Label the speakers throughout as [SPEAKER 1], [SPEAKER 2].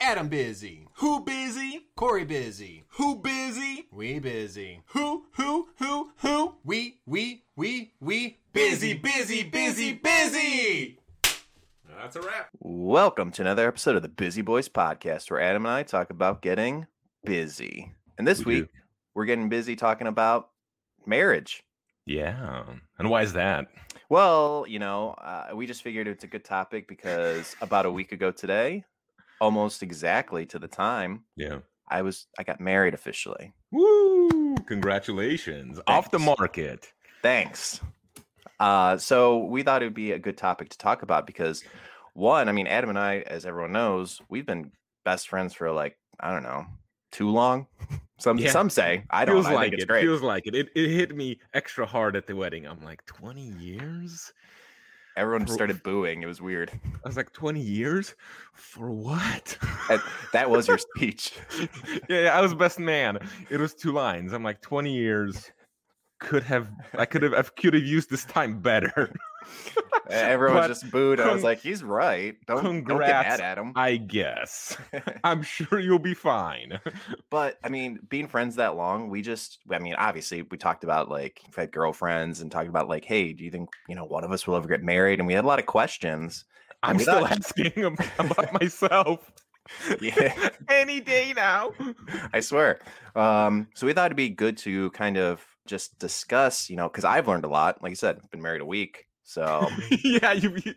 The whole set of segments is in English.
[SPEAKER 1] Adam busy.
[SPEAKER 2] Who busy?
[SPEAKER 1] Corey busy.
[SPEAKER 2] Who busy?
[SPEAKER 1] We busy.
[SPEAKER 2] Who, who, who, who?
[SPEAKER 1] We, we, we, we
[SPEAKER 2] Busy, busy, busy, busy! That's a wrap.
[SPEAKER 3] Welcome to another episode of the Busy Boys Podcast, where Adam and I talk about getting busy. And this
[SPEAKER 4] We do.
[SPEAKER 3] week, we're getting busy talking about marriage.
[SPEAKER 4] Yeah. And why is that?
[SPEAKER 3] Well, you know, uh, we just figured it's a good topic because about a week ago today, almost exactly to the time,
[SPEAKER 4] Yeah.
[SPEAKER 3] I was I got married officially.
[SPEAKER 4] Woo! Congratulations. Off the
[SPEAKER 3] Thanks.
[SPEAKER 4] market.
[SPEAKER 3] Thanks. Uh, so we thought it would be a good topic to talk about because one, I mean, Adam and I, as everyone knows, we've been best friends for like I don't know, too long. Some
[SPEAKER 4] Yeah.
[SPEAKER 3] some say I don't.
[SPEAKER 4] Feels
[SPEAKER 3] I think
[SPEAKER 4] like
[SPEAKER 3] it's
[SPEAKER 4] it.
[SPEAKER 3] great.
[SPEAKER 4] Feels like it. it. It hit me extra hard at the wedding. I'm like, 20 years?
[SPEAKER 3] everyone
[SPEAKER 4] for-
[SPEAKER 3] started booing. It was weird.
[SPEAKER 4] I was like, 20 years? For what?
[SPEAKER 3] And that was your speech. E-,
[SPEAKER 4] yeah, yeah, I was best man. It was two lines. I'm like, 20 years could have I could have I could have used this time better.
[SPEAKER 3] Everyone
[SPEAKER 4] But
[SPEAKER 3] just booed. I was
[SPEAKER 4] con-
[SPEAKER 3] like, he's right. Don't, don't get
[SPEAKER 4] congrats
[SPEAKER 3] mad at him.
[SPEAKER 4] I guess. I'm sure you'll be fine.
[SPEAKER 3] But I mean, being friends that long, we just, I mean, obviously we talked about like, we've had girlfriends and talked about like, hey, do you think, you know, one of us will ever get married? And we had a lot of questions.
[SPEAKER 4] I'm
[SPEAKER 3] we
[SPEAKER 4] still
[SPEAKER 3] thought-
[SPEAKER 4] asking ab- about myself.
[SPEAKER 3] Yeah.
[SPEAKER 4] Any day now.
[SPEAKER 3] I swear. Um, so we thought it'd be good to kind of just discuss, you know, because I've learned a lot. Like I said, I've been married a week. So
[SPEAKER 4] yeah, you've you,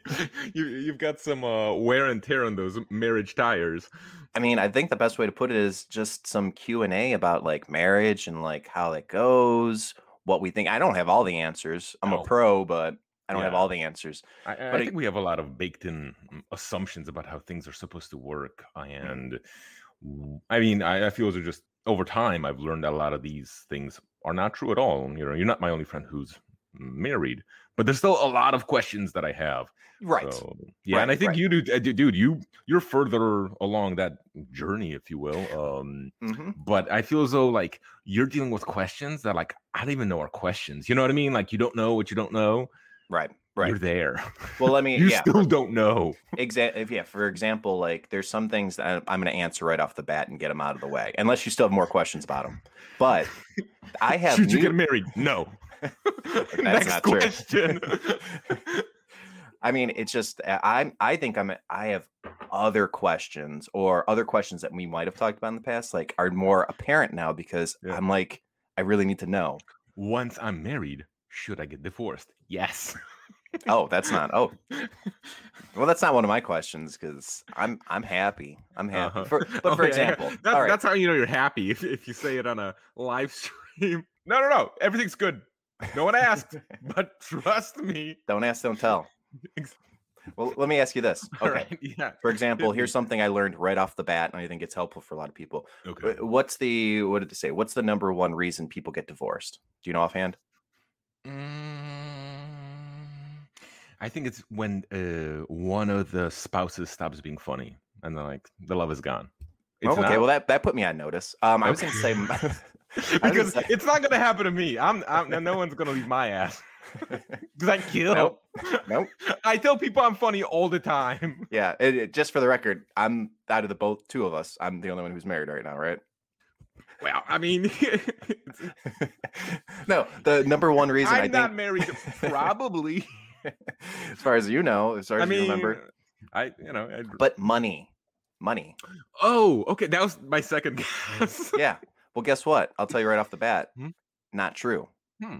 [SPEAKER 4] you, you've got some uh, wear and tear on those marriage tires.
[SPEAKER 3] I mean, I think the best way to put it is just some Q and A about like marriage and like how that goes, what we think. I don't have all the answers. I'm
[SPEAKER 4] No.
[SPEAKER 3] a pro, but I don't have
[SPEAKER 4] Oh. Yeah.
[SPEAKER 3] all the answers.
[SPEAKER 4] I, I
[SPEAKER 3] But it-
[SPEAKER 4] think we have a lot of baked in mm, assumptions about how things are supposed to work, and w- I mean, I, I feel as though just over time I've learned that a lot of these things are not true at all. You know, you're not my only friend who's married, but there's still a lot of questions that I have.
[SPEAKER 3] Right.
[SPEAKER 4] So, yeah, and
[SPEAKER 3] Right,
[SPEAKER 4] I think
[SPEAKER 3] right.
[SPEAKER 4] you do, uh, d- dude. You you're further along that journey, if you will. Um,
[SPEAKER 3] hmm
[SPEAKER 4] but I feel as though like you're dealing with questions that like I don't even know are questions. You know what I mean? Like you don't know what you don't know.
[SPEAKER 3] Right. Right.
[SPEAKER 4] You're there.
[SPEAKER 3] Well, I mean,
[SPEAKER 4] you
[SPEAKER 3] yeah.
[SPEAKER 4] still don't know.
[SPEAKER 3] Exactly. Yeah. For example, like there's some things that I- I'm going to answer right off the bat and get them out of the way, unless you still have more questions about them. But I have
[SPEAKER 4] Should you
[SPEAKER 3] new-
[SPEAKER 4] get married? No.
[SPEAKER 3] That's
[SPEAKER 4] Next
[SPEAKER 3] not true.
[SPEAKER 4] question.
[SPEAKER 3] I mean, it's just I- I'm. I think I'm. I have other questions or other questions that we might have talked about in the past, like are more apparent now because
[SPEAKER 4] Yeah.
[SPEAKER 3] I'm like, I really need to know.
[SPEAKER 4] Once I'm married, should I get divorced? Yes.
[SPEAKER 3] Oh, that's not. Oh, well, that's not one of my questions because I'm. I'm happy. I'm happy.
[SPEAKER 4] Uh-huh.
[SPEAKER 3] For, but
[SPEAKER 4] Oh,
[SPEAKER 3] for
[SPEAKER 4] yeah, yeah.
[SPEAKER 3] example,
[SPEAKER 4] That's,
[SPEAKER 3] all right.
[SPEAKER 4] that's how you know you're happy if, if you say it on a live stream. No, no, no. Everything's good. No one asked, but trust me.
[SPEAKER 3] Don't ask, don't tell.
[SPEAKER 4] Ex-
[SPEAKER 3] Well, let me ask you this.
[SPEAKER 4] All
[SPEAKER 3] Okay.
[SPEAKER 4] right. Yeah.
[SPEAKER 3] For example, here's
[SPEAKER 4] me.
[SPEAKER 3] something I learned right off the bat, and I think it's helpful for a lot of people.
[SPEAKER 4] Okay.
[SPEAKER 3] Wh- What's the what did they say? What's the number one reason people get divorced? Do you know offhand?
[SPEAKER 4] Mm, I think it's when uh, one of the spouses stops being funny and they're like, the love is gone.
[SPEAKER 3] Oh, okay, well that, that put me on notice. Um, I was going to say,
[SPEAKER 4] Okay.
[SPEAKER 3] m- I was
[SPEAKER 4] because
[SPEAKER 3] gonna say-
[SPEAKER 4] it's not gonna happen to me. I'm, I'm no- no one's gonna leave my ass because I kill.
[SPEAKER 3] Nope. nope.
[SPEAKER 4] I tell people I'm funny all the time.
[SPEAKER 3] Yeah, it, it- just for the record, I'm out of the both two of us. I'm the only one who's married right now, right?
[SPEAKER 4] Well, I mean, it's-
[SPEAKER 3] no, the number one reason
[SPEAKER 4] I'm
[SPEAKER 3] I
[SPEAKER 4] not
[SPEAKER 3] think,
[SPEAKER 4] married. Probably.
[SPEAKER 3] as far as you know, as far as
[SPEAKER 4] I mean,
[SPEAKER 3] you remember,
[SPEAKER 4] I you know. I,
[SPEAKER 3] but money, money.
[SPEAKER 4] oh, okay, that was my second guess.
[SPEAKER 3] yeah. Well, guess what? I'll tell you right off the bat.
[SPEAKER 4] Hmm?
[SPEAKER 3] Not true.
[SPEAKER 4] Hmm.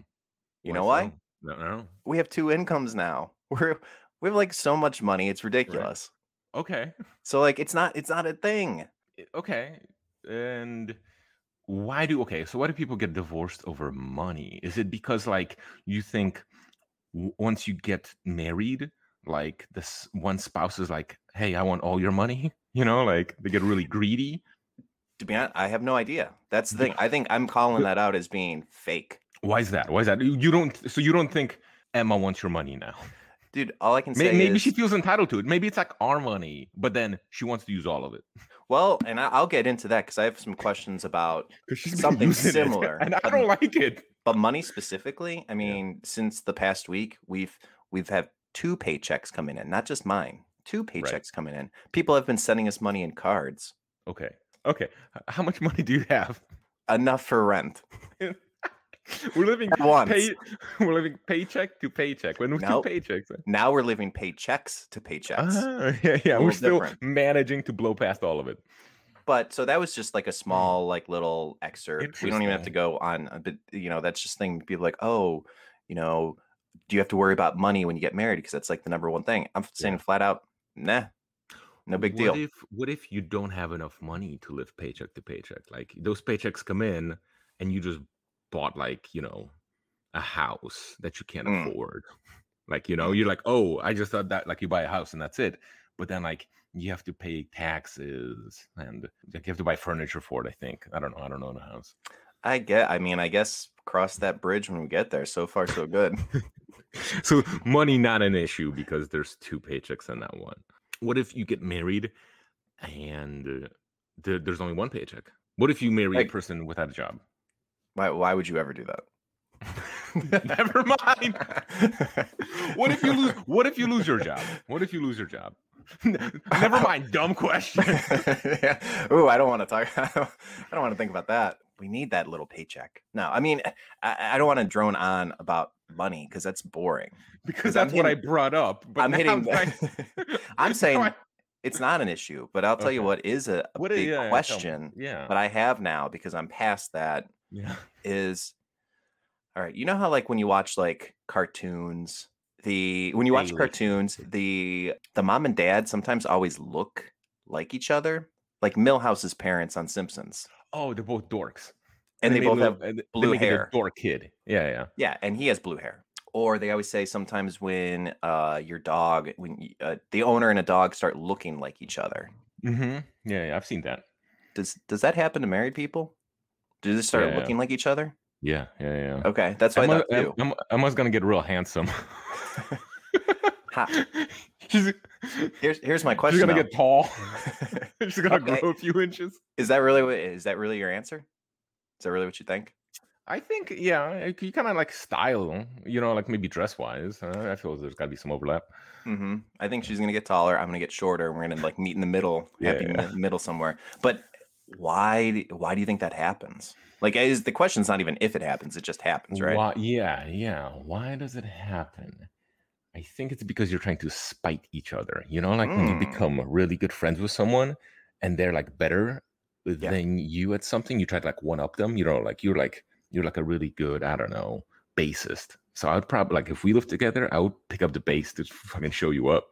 [SPEAKER 3] You know why?
[SPEAKER 4] No, no.
[SPEAKER 3] We have two incomes now. We're we have like so much money. It's ridiculous.
[SPEAKER 4] Okay.
[SPEAKER 3] So like it's not it's not a thing.
[SPEAKER 4] I- okay and why do okay so why do people get divorced over money is it because like you think w- once you get married like this one spouse is like hey i want all your money you know like they get really greedy
[SPEAKER 3] To be honest, I have no idea. That's the
[SPEAKER 4] Yeah.
[SPEAKER 3] thing. I think I'm calling that out as being fake.
[SPEAKER 4] why is that why is that You- you don't so you don't think emma wants your money now
[SPEAKER 3] Dude, all I can
[SPEAKER 4] May-
[SPEAKER 3] say
[SPEAKER 4] maybe
[SPEAKER 3] is
[SPEAKER 4] she feels entitled to it maybe it's like our money but then she wants to use all of it
[SPEAKER 3] well, and I, I'll get into that because I have some questions about,
[SPEAKER 4] because she's been
[SPEAKER 3] Something
[SPEAKER 4] using it,
[SPEAKER 3] similar,
[SPEAKER 4] and i
[SPEAKER 3] but-
[SPEAKER 4] don't like it
[SPEAKER 3] but money specifically. I mean, since the past week, we've we've had two paychecks coming in, not just mine. Two paychecks coming in. People have been sending us money in cards.
[SPEAKER 4] Okay. Okay. H- How much money do you have?
[SPEAKER 3] Enough for rent.
[SPEAKER 4] We're living
[SPEAKER 3] At once.
[SPEAKER 4] pay, we're living paycheck to paycheck. When we
[SPEAKER 3] Nope.
[SPEAKER 4] two paychecks. right?
[SPEAKER 3] Now we're living paychecks to paychecks.
[SPEAKER 4] Ah, yeah, yeah. We're
[SPEAKER 3] little
[SPEAKER 4] still
[SPEAKER 3] different.
[SPEAKER 4] managing to blow past all of it.
[SPEAKER 3] But so that was just like a small, like little excerpt. We don't even have to
[SPEAKER 4] Mm. Interesting.
[SPEAKER 3] go on, uh, but you know, that's just thing. People like, oh, you know, do you have to worry about money when you get married? Because that's like the number one thing. I'm saying flat out, nah, no big
[SPEAKER 4] what
[SPEAKER 3] deal.
[SPEAKER 4] If, what if you don't have enough money to live paycheck to paycheck? Like those paychecks come in and you just bought like, you know, a house that you can't
[SPEAKER 3] Mm.
[SPEAKER 4] afford. Like, you know, you're like, oh, I just thought that like you buy a house and that's it. But then like you have to pay taxes and like you have to buy furniture for it, I think. I don't know. I don't own a house.
[SPEAKER 3] I get, I mean, I guess cross that bridge when we get there. So far, so good.
[SPEAKER 4] so money not an issue because there's two paychecks in that one. What if you get married and uh, there, there's only one paycheck? What if you marry
[SPEAKER 3] Like-
[SPEAKER 4] a person without a job?
[SPEAKER 3] why, why would you ever do that?
[SPEAKER 4] Never mind. What if you lose? What if you lose your job? What if you lose your job? Never mind. Dumb question.
[SPEAKER 3] yeah. Ooh, I don't want to talk. I don't want to think about that. We need that little paycheck. No, I mean, I, I don't want to drone on about money because that's boring.
[SPEAKER 4] Because
[SPEAKER 3] 'Cause I'm
[SPEAKER 4] that's what I
[SPEAKER 3] hitting-
[SPEAKER 4] brought up. But
[SPEAKER 3] I'm
[SPEAKER 4] now
[SPEAKER 3] hitting.
[SPEAKER 4] like-
[SPEAKER 3] the- I'm
[SPEAKER 4] now
[SPEAKER 3] saying
[SPEAKER 4] I-
[SPEAKER 3] it's not an issue, but I'll tell you
[SPEAKER 4] Okay.
[SPEAKER 3] what is a, a
[SPEAKER 4] What is-
[SPEAKER 3] big
[SPEAKER 4] yeah, tell me.
[SPEAKER 3] question
[SPEAKER 4] yeah.
[SPEAKER 3] that I have now because I'm past that.
[SPEAKER 4] Yeah.
[SPEAKER 3] Is all right. You know how like when you watch like cartoons, the when you watch
[SPEAKER 4] Daily.
[SPEAKER 3] cartoons, the the mom and dad sometimes always look like each other, like Millhouse's parents on Simpsons.
[SPEAKER 4] Oh, they're both dorks.
[SPEAKER 3] and they,
[SPEAKER 4] made
[SPEAKER 3] both
[SPEAKER 4] little-
[SPEAKER 3] have
[SPEAKER 4] and they
[SPEAKER 3] blue
[SPEAKER 4] make it a
[SPEAKER 3] hair.
[SPEAKER 4] Dork kid. Yeah. Yeah.
[SPEAKER 3] yeah and he has blue hair or they always say sometimes when uh your dog when y- uh, the owner and a dog start looking like each other
[SPEAKER 4] Mm-hmm. Yeah, yeah, I've seen that.
[SPEAKER 3] does does that happen to married people do they start
[SPEAKER 4] Yeah.
[SPEAKER 3] looking like each other
[SPEAKER 4] Yeah, yeah, yeah.
[SPEAKER 3] okay that's what i
[SPEAKER 4] Emma,
[SPEAKER 3] thought too
[SPEAKER 4] Em- Em- Emma's gonna get real handsome.
[SPEAKER 3] Ha.
[SPEAKER 4] she's,
[SPEAKER 3] here's here's my
[SPEAKER 4] she's
[SPEAKER 3] question
[SPEAKER 4] gonna
[SPEAKER 3] though.
[SPEAKER 4] get tall. she's gonna
[SPEAKER 3] Okay.
[SPEAKER 4] grow a few inches.
[SPEAKER 3] is that really what is that really your answer is that really what you think
[SPEAKER 4] I think, yeah, like, you kind of like style, you know, like maybe dress wise. Uh, I feel there's gotta be some overlap.
[SPEAKER 3] hmm i think she's gonna get taller i'm gonna get shorter and we're gonna like meet in the middle
[SPEAKER 4] Yeah,
[SPEAKER 3] happy
[SPEAKER 4] yeah.
[SPEAKER 3] mi- middle somewhere but why d- why do you think that happens like is the question's not even if it happens it just happens right
[SPEAKER 4] Why, yeah, yeah. Why does it happen? I think it's because you're trying to spite each other. You know, like when you
[SPEAKER 3] Mm.
[SPEAKER 4] become really good friends with someone and they're like better
[SPEAKER 3] Yeah.
[SPEAKER 4] than you at something, you try to like one up them. You know, like you're like you're like a really good, I don't know, bassist. So I would probably like if we lived together, I would pick up the bass to fucking show you up.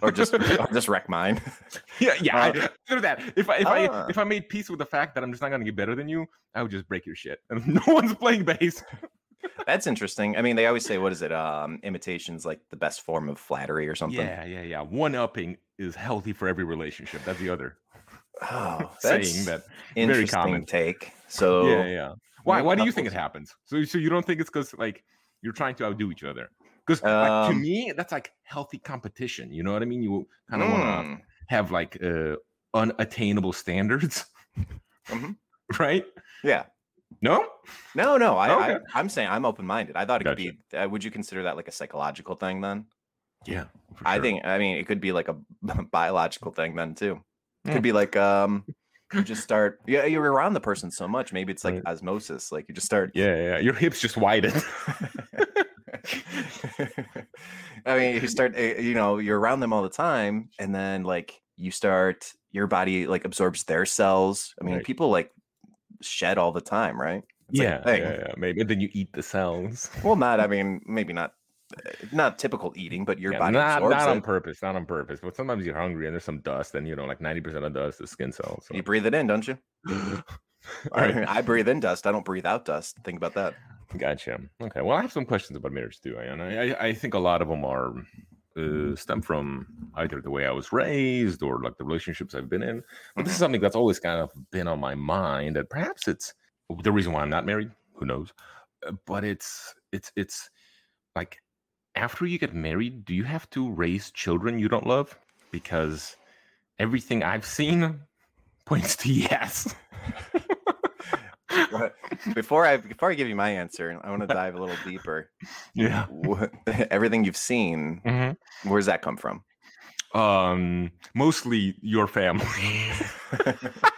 [SPEAKER 3] or just or just wreck mine.
[SPEAKER 4] yeah, yeah. I,
[SPEAKER 3] Uh,
[SPEAKER 4] after that, if I if
[SPEAKER 3] ah.
[SPEAKER 4] I if I made peace with the fact that I'm just not gonna get better than you, I would just break your shit. And no one's playing bass.
[SPEAKER 3] That's interesting. I mean, they always say, "What is it? Um, imitation's like the best form of flattery, or something."
[SPEAKER 4] Yeah, yeah, yeah. One upping is healthy for every relationship. That's the other
[SPEAKER 3] Oh,
[SPEAKER 4] saying
[SPEAKER 3] that's
[SPEAKER 4] that. very
[SPEAKER 3] interesting
[SPEAKER 4] common.
[SPEAKER 3] take. So,
[SPEAKER 4] yeah, yeah. Why?
[SPEAKER 3] no
[SPEAKER 4] Why do you think it
[SPEAKER 3] couples-
[SPEAKER 4] happens? So, so you don't think it's because like you're trying to outdo each other? Because like, to
[SPEAKER 3] Um,
[SPEAKER 4] me, that's like healthy competition. You know what I mean? You kind of want to
[SPEAKER 3] mm,
[SPEAKER 4] have like uh, unattainable standards,
[SPEAKER 3] Mhm.
[SPEAKER 4] right?
[SPEAKER 3] yeah.
[SPEAKER 4] No.
[SPEAKER 3] No, no. I,
[SPEAKER 4] Okay.
[SPEAKER 3] I I'm saying I'm open minded. I thought it
[SPEAKER 4] Gotcha.
[SPEAKER 3] could be. Uh, would you consider that like a psychological thing then?
[SPEAKER 4] Yeah. for
[SPEAKER 3] I
[SPEAKER 4] sure.
[SPEAKER 3] think. I mean, it could be like a biological thing then too. It
[SPEAKER 4] Mm.
[SPEAKER 3] could be like um. You just start, yeah. You're around the person so much. Maybe it's like
[SPEAKER 4] Right.
[SPEAKER 3] osmosis. Like you just start
[SPEAKER 4] Yeah, yeah. Your hips just widen.
[SPEAKER 3] I mean, you start, eh, you know, you're around them all the time, and then like you start, your body like absorbs their cells. I mean,
[SPEAKER 4] Right.
[SPEAKER 3] people like shed all the time, right? It's like a
[SPEAKER 4] yeah,
[SPEAKER 3] thing.
[SPEAKER 4] yeah, yeah. Maybe then you eat the cells.
[SPEAKER 3] Well, not. I mean, maybe not, eh, not typical eating, but your
[SPEAKER 4] Yeah,
[SPEAKER 3] body
[SPEAKER 4] not,
[SPEAKER 3] absorbs
[SPEAKER 4] not on
[SPEAKER 3] it.
[SPEAKER 4] purpose, not on purpose. But sometimes you're hungry and there's some dust, and you know, like 90% of dust is skin cells. so-
[SPEAKER 3] You breathe it in, don't you?
[SPEAKER 4] All right,
[SPEAKER 3] I breathe in dust. I don't breathe out dust. Think about that.
[SPEAKER 4] gotcha. Okay, well, I have some questions about marriage too, and I, I, I think a lot of them are uh, stem from either the way I was raised or like the relationships I've been in. But this is something that's always kind of been on my mind, and perhaps it's the reason why I'm not married. Who knows? Uh, But it's it's it's like after you get married, do you have to raise children you don't love? Because everything I've seen points to yes.
[SPEAKER 3] What- Before I before I give you my answer, I want to dive a little deeper.
[SPEAKER 4] yeah.
[SPEAKER 3] Wh- Everything you've seen,
[SPEAKER 4] Mhm.
[SPEAKER 3] where does that come from?
[SPEAKER 4] um mostly your family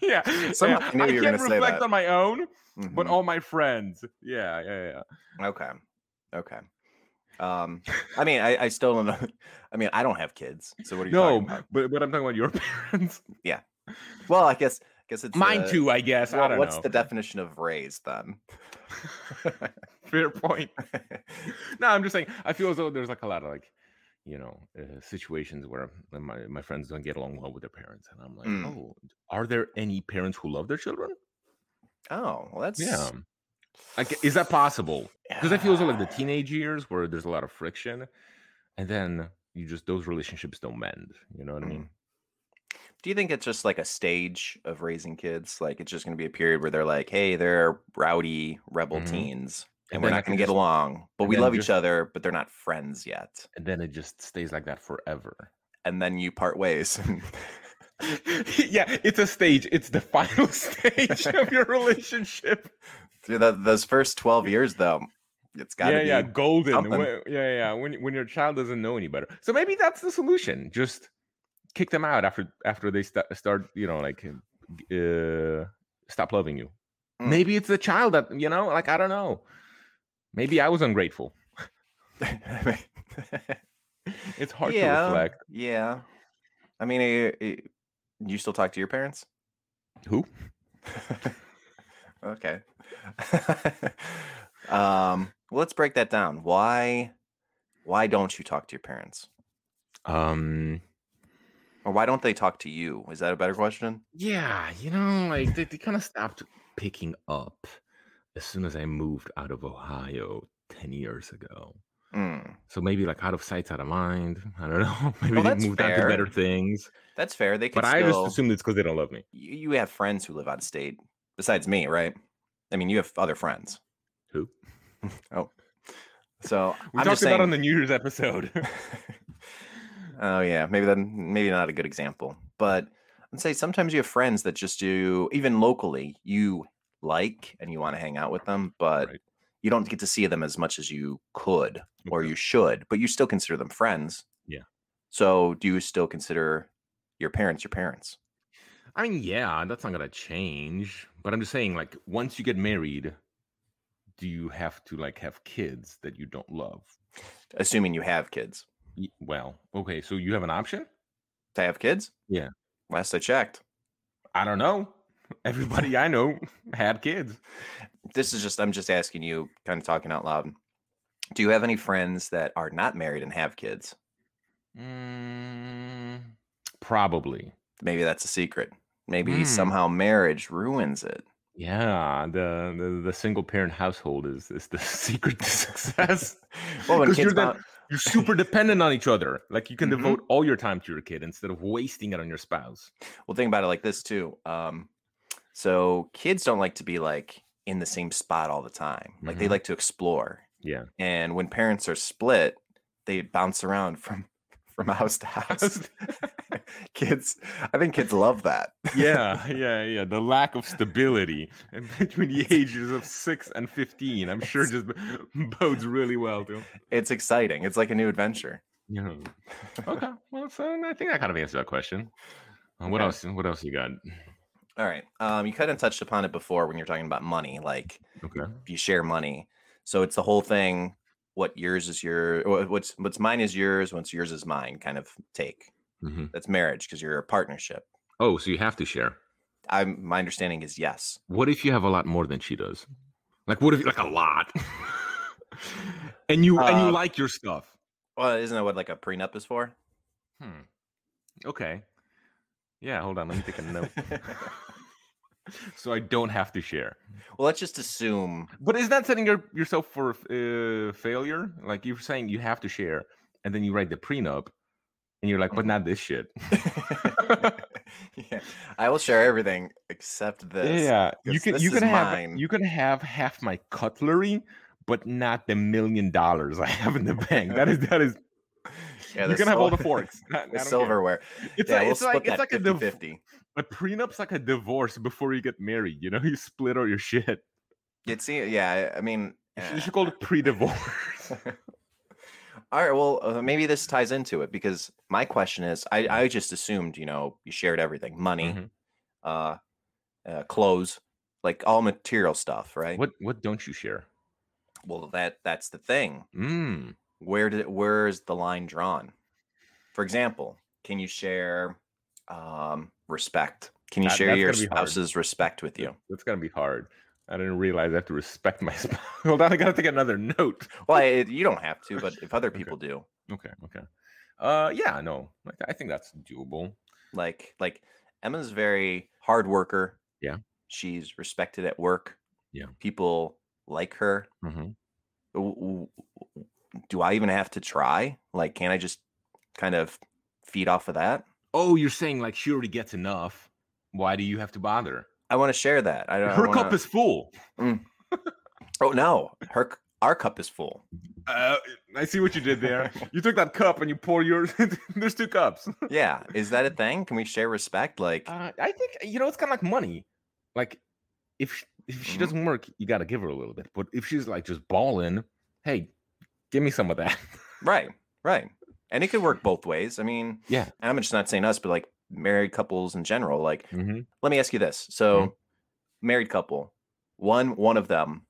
[SPEAKER 4] yeah
[SPEAKER 3] Somehow
[SPEAKER 4] yeah.
[SPEAKER 3] I knew
[SPEAKER 4] i
[SPEAKER 3] you were
[SPEAKER 4] can't
[SPEAKER 3] gonna say
[SPEAKER 4] reflect
[SPEAKER 3] that.
[SPEAKER 4] on my own but
[SPEAKER 3] Mhm.
[SPEAKER 4] all my friends yeah yeah yeah
[SPEAKER 3] okay, okay. Um, I mean, I, I still don't know. I mean, I don't have kids, so what are you talking
[SPEAKER 4] no
[SPEAKER 3] about?
[SPEAKER 4] but but i'm talking about your parents
[SPEAKER 3] Well, I guess, guess it's
[SPEAKER 4] mine
[SPEAKER 3] the-
[SPEAKER 4] too i guess
[SPEAKER 3] well,
[SPEAKER 4] i don't
[SPEAKER 3] what's
[SPEAKER 4] know
[SPEAKER 3] the definition of raised then?
[SPEAKER 4] fair point no i'm just saying i feel as though there's like a lot of like you know uh, situations where my, my friends don't get along well with their parents and i'm like
[SPEAKER 3] Mm.
[SPEAKER 4] oh are there any parents who love their children
[SPEAKER 3] Oh, well, that's
[SPEAKER 4] yeah like is that possible because I feel as though like the teenage years where there's a lot of friction, and then you just those relationships don't mend. You know what I
[SPEAKER 3] Mm.
[SPEAKER 4] mean?
[SPEAKER 3] Do you think it's just like a stage of raising kids? Like it's just going to be a period where they're like, "Hey, they're rowdy rebel
[SPEAKER 4] Mhm.
[SPEAKER 3] teens, and,
[SPEAKER 4] And
[SPEAKER 3] we're
[SPEAKER 4] then
[SPEAKER 3] not
[SPEAKER 4] I can
[SPEAKER 3] going to get
[SPEAKER 4] just-
[SPEAKER 3] along, but
[SPEAKER 4] and
[SPEAKER 3] we
[SPEAKER 4] then
[SPEAKER 3] love each
[SPEAKER 4] just-
[SPEAKER 3] other, but they're not friends yet."
[SPEAKER 4] And then it just stays like that forever.
[SPEAKER 3] And then you part ways.
[SPEAKER 4] yeah, it's a stage. It's the final stage of your relationship.
[SPEAKER 3] Through the, those first twelve years, though, it's got to
[SPEAKER 4] yeah,
[SPEAKER 3] be.
[SPEAKER 4] yeah, golden.
[SPEAKER 3] something.
[SPEAKER 4] When, yeah, yeah. When when your child doesn't know any better, so maybe that's the solution. Just kick them out after after they sta- start. You know, like uh, stop loving you.
[SPEAKER 3] Mm.
[SPEAKER 4] Maybe it's the child that you know. Like I don't know. Maybe I was ungrateful. It's hard to reflect.
[SPEAKER 3] Yeah. I mean, eh, eh, you still talk to your parents?
[SPEAKER 4] Who?
[SPEAKER 3] okay. um, well, let's break that down. Why why don't you talk to your parents?
[SPEAKER 4] Um.
[SPEAKER 3] Or why don't they talk to you? Is that a better question?
[SPEAKER 4] Yeah, you know, like they, they kind of stopped picking up as soon as I moved out of Ohio ten years ago.
[SPEAKER 3] Mm,
[SPEAKER 4] So maybe like out of sight, out of mind. I don't know. Maybe
[SPEAKER 3] Well,
[SPEAKER 4] they
[SPEAKER 3] that's
[SPEAKER 4] moved on
[SPEAKER 3] fair.
[SPEAKER 4] to better things.
[SPEAKER 3] that's fair. They could
[SPEAKER 4] But I
[SPEAKER 3] still
[SPEAKER 4] just assumed it's because they don't love me.
[SPEAKER 3] you, you have friends who live out of state besides me, right? I mean, you have other friends. Oh.
[SPEAKER 4] Who?
[SPEAKER 3] So
[SPEAKER 4] We
[SPEAKER 3] I'm
[SPEAKER 4] talked
[SPEAKER 3] just saying,
[SPEAKER 4] about on the New Year's episode.
[SPEAKER 3] oh yeah, maybe then maybe not a good example, but I'd say sometimes you have friends that just do even locally you like and you want to hang out with them, but
[SPEAKER 4] Right.
[SPEAKER 3] you don't get to see them as much as you could or
[SPEAKER 4] Okay.
[SPEAKER 3] you should, but you still consider them friends.
[SPEAKER 4] Yeah.
[SPEAKER 3] So do you still consider your parents your parents?
[SPEAKER 4] I mean, yeah, that's not gonna change. But I'm just saying, like, once you get married, do you have to like have kids that you don't love?
[SPEAKER 3] Assuming you have kids.
[SPEAKER 4] Y- Well, okay, so you have an option?
[SPEAKER 3] To have kids?
[SPEAKER 4] Yeah.
[SPEAKER 3] Last I checked.
[SPEAKER 4] I don't know. Everybody I know had kids.
[SPEAKER 3] This is just I'm just asking you, kind of talking out loud. Do you have any friends that are not married and have kids?
[SPEAKER 4] Mm, probably.
[SPEAKER 3] maybe that's a secret. Maybe
[SPEAKER 4] Hmm.
[SPEAKER 3] somehow marriage ruins it.
[SPEAKER 4] Yeah, the, the the single parent household is is the secret to success.
[SPEAKER 3] Well, when
[SPEAKER 4] 'Cause
[SPEAKER 3] kids
[SPEAKER 4] you're, then-
[SPEAKER 3] bound-
[SPEAKER 4] you're super dependent on each other. Like you can
[SPEAKER 3] Mhm.
[SPEAKER 4] devote all your time to your kid instead of wasting it on your spouse.
[SPEAKER 3] well, think about it like this too. Um, so kids don't like to be like in the same spot all the time. Like they
[SPEAKER 4] Mhm.
[SPEAKER 3] like to explore.
[SPEAKER 4] Yeah.
[SPEAKER 3] And when parents are split, they bounce around from from house to house. kids, I think kids love that.
[SPEAKER 4] yeah, yeah, yeah. The lack of stability and between the ages of six and fifteen, I'm sure just bodes really well to.
[SPEAKER 3] It's exciting. It's like a new adventure.
[SPEAKER 4] Yeah. Okay. Well, so I think I kind of answered that question. Uh, what
[SPEAKER 3] Okay.
[SPEAKER 4] else? What else you got?
[SPEAKER 3] All right. Um, you kind of touched upon it before when you're talking about money, like
[SPEAKER 4] Okay.
[SPEAKER 3] you share money. So it's the whole thing. What yours is your wha- what's what's mine is yours. What's yours is mine. Kind of take.
[SPEAKER 4] hmm
[SPEAKER 3] That's marriage because you're a partnership.
[SPEAKER 4] Oh, so you have to share.
[SPEAKER 3] I'm my understanding is yes.
[SPEAKER 4] What if you have a lot more than she does? Like, what if like a lot? and you and
[SPEAKER 3] Uh,
[SPEAKER 4] you like your stuff.
[SPEAKER 3] Well, isn't that what like a prenup is for?
[SPEAKER 4] Hmm. Okay. Yeah. Hold on. Let me take a note. so I don't have to share.
[SPEAKER 3] Well, let's just assume.
[SPEAKER 4] But is that setting your, yourself for uh, failure? Like you're saying you have to share, and then you write the prenup, and you're like, but not this shit.
[SPEAKER 3] yeah, I will share everything except this.
[SPEAKER 4] yeah, yeah. you
[SPEAKER 3] because
[SPEAKER 4] can
[SPEAKER 3] this
[SPEAKER 4] you
[SPEAKER 3] is
[SPEAKER 4] can have
[SPEAKER 3] mine.
[SPEAKER 4] you can have half my cutlery, but not the million dollars I have in the bank. That is that is
[SPEAKER 3] Yeah,
[SPEAKER 4] you
[SPEAKER 3] the
[SPEAKER 4] can have all the
[SPEAKER 3] sil-
[SPEAKER 4] forks,
[SPEAKER 3] The
[SPEAKER 4] not- I don't care.
[SPEAKER 3] silverware.
[SPEAKER 4] It's
[SPEAKER 3] yeah,
[SPEAKER 4] like
[SPEAKER 3] we'll
[SPEAKER 4] it's
[SPEAKER 3] split
[SPEAKER 4] like
[SPEAKER 3] that
[SPEAKER 4] it's like a,
[SPEAKER 3] 50
[SPEAKER 4] div-
[SPEAKER 3] 50.
[SPEAKER 4] a prenup's like a divorce before you get married. You know, you split all your shit.
[SPEAKER 3] It's yeah. I mean,
[SPEAKER 4] You should-
[SPEAKER 3] eh.
[SPEAKER 4] You should call it pre-divorce.
[SPEAKER 3] All right. Well, uh, maybe this ties into it because my question is, I, I just assumed you know you shared everything, money,
[SPEAKER 4] Mhm.
[SPEAKER 3] uh, uh, clothes, like all material stuff, right?
[SPEAKER 4] What what don't you share?
[SPEAKER 3] Well, that that's the thing.
[SPEAKER 4] Mm.
[SPEAKER 3] Where did where is the line drawn? For example, can you share um, respect? Can you
[SPEAKER 4] That-
[SPEAKER 3] share
[SPEAKER 4] that's
[SPEAKER 3] your
[SPEAKER 4] gonna be hard.
[SPEAKER 3] spouse's respect with you?
[SPEAKER 4] That's gonna be hard. I didn't realize I have to respect my spouse. Hold on, I gotta take another note.
[SPEAKER 3] Well, I, you don't have to, but if other
[SPEAKER 4] Okay.
[SPEAKER 3] people do,
[SPEAKER 4] Okay, okay. Uh, yeah, no, I, th- I think that's doable.
[SPEAKER 3] like like Emma's very hard worker.
[SPEAKER 4] Yeah.
[SPEAKER 3] she's respected at work.
[SPEAKER 4] Yeah.
[SPEAKER 3] people like her.
[SPEAKER 4] Mhm.
[SPEAKER 3] W- w- w- Do I even have to try? Like, can I just kind of feed off of that?
[SPEAKER 4] Oh, you're saying like she already gets enough. Why do you have to bother?
[SPEAKER 3] I want to share that. I don't. I
[SPEAKER 4] Her
[SPEAKER 3] wanna-
[SPEAKER 4] cup is full.
[SPEAKER 3] Oh no, her c- our cup is full.
[SPEAKER 4] Uh, I see what you did there. you took that cup and you pour yours. There's two cups.
[SPEAKER 3] Yeah, is that a thing? Can we share respect? Like,
[SPEAKER 4] Uh, I think you know it's kind of like money. Like if sh- if she
[SPEAKER 3] Mhm.
[SPEAKER 4] doesn't work, you got to give her a little bit. But if she's like just balling, hey, give me some of that.
[SPEAKER 3] right, right. And it could work both ways. I mean,
[SPEAKER 4] Yeah.
[SPEAKER 3] I'm just not saying us, but like married couples in general. Like,
[SPEAKER 4] Mhm.
[SPEAKER 3] let me ask you this: so, married couple, one one of them,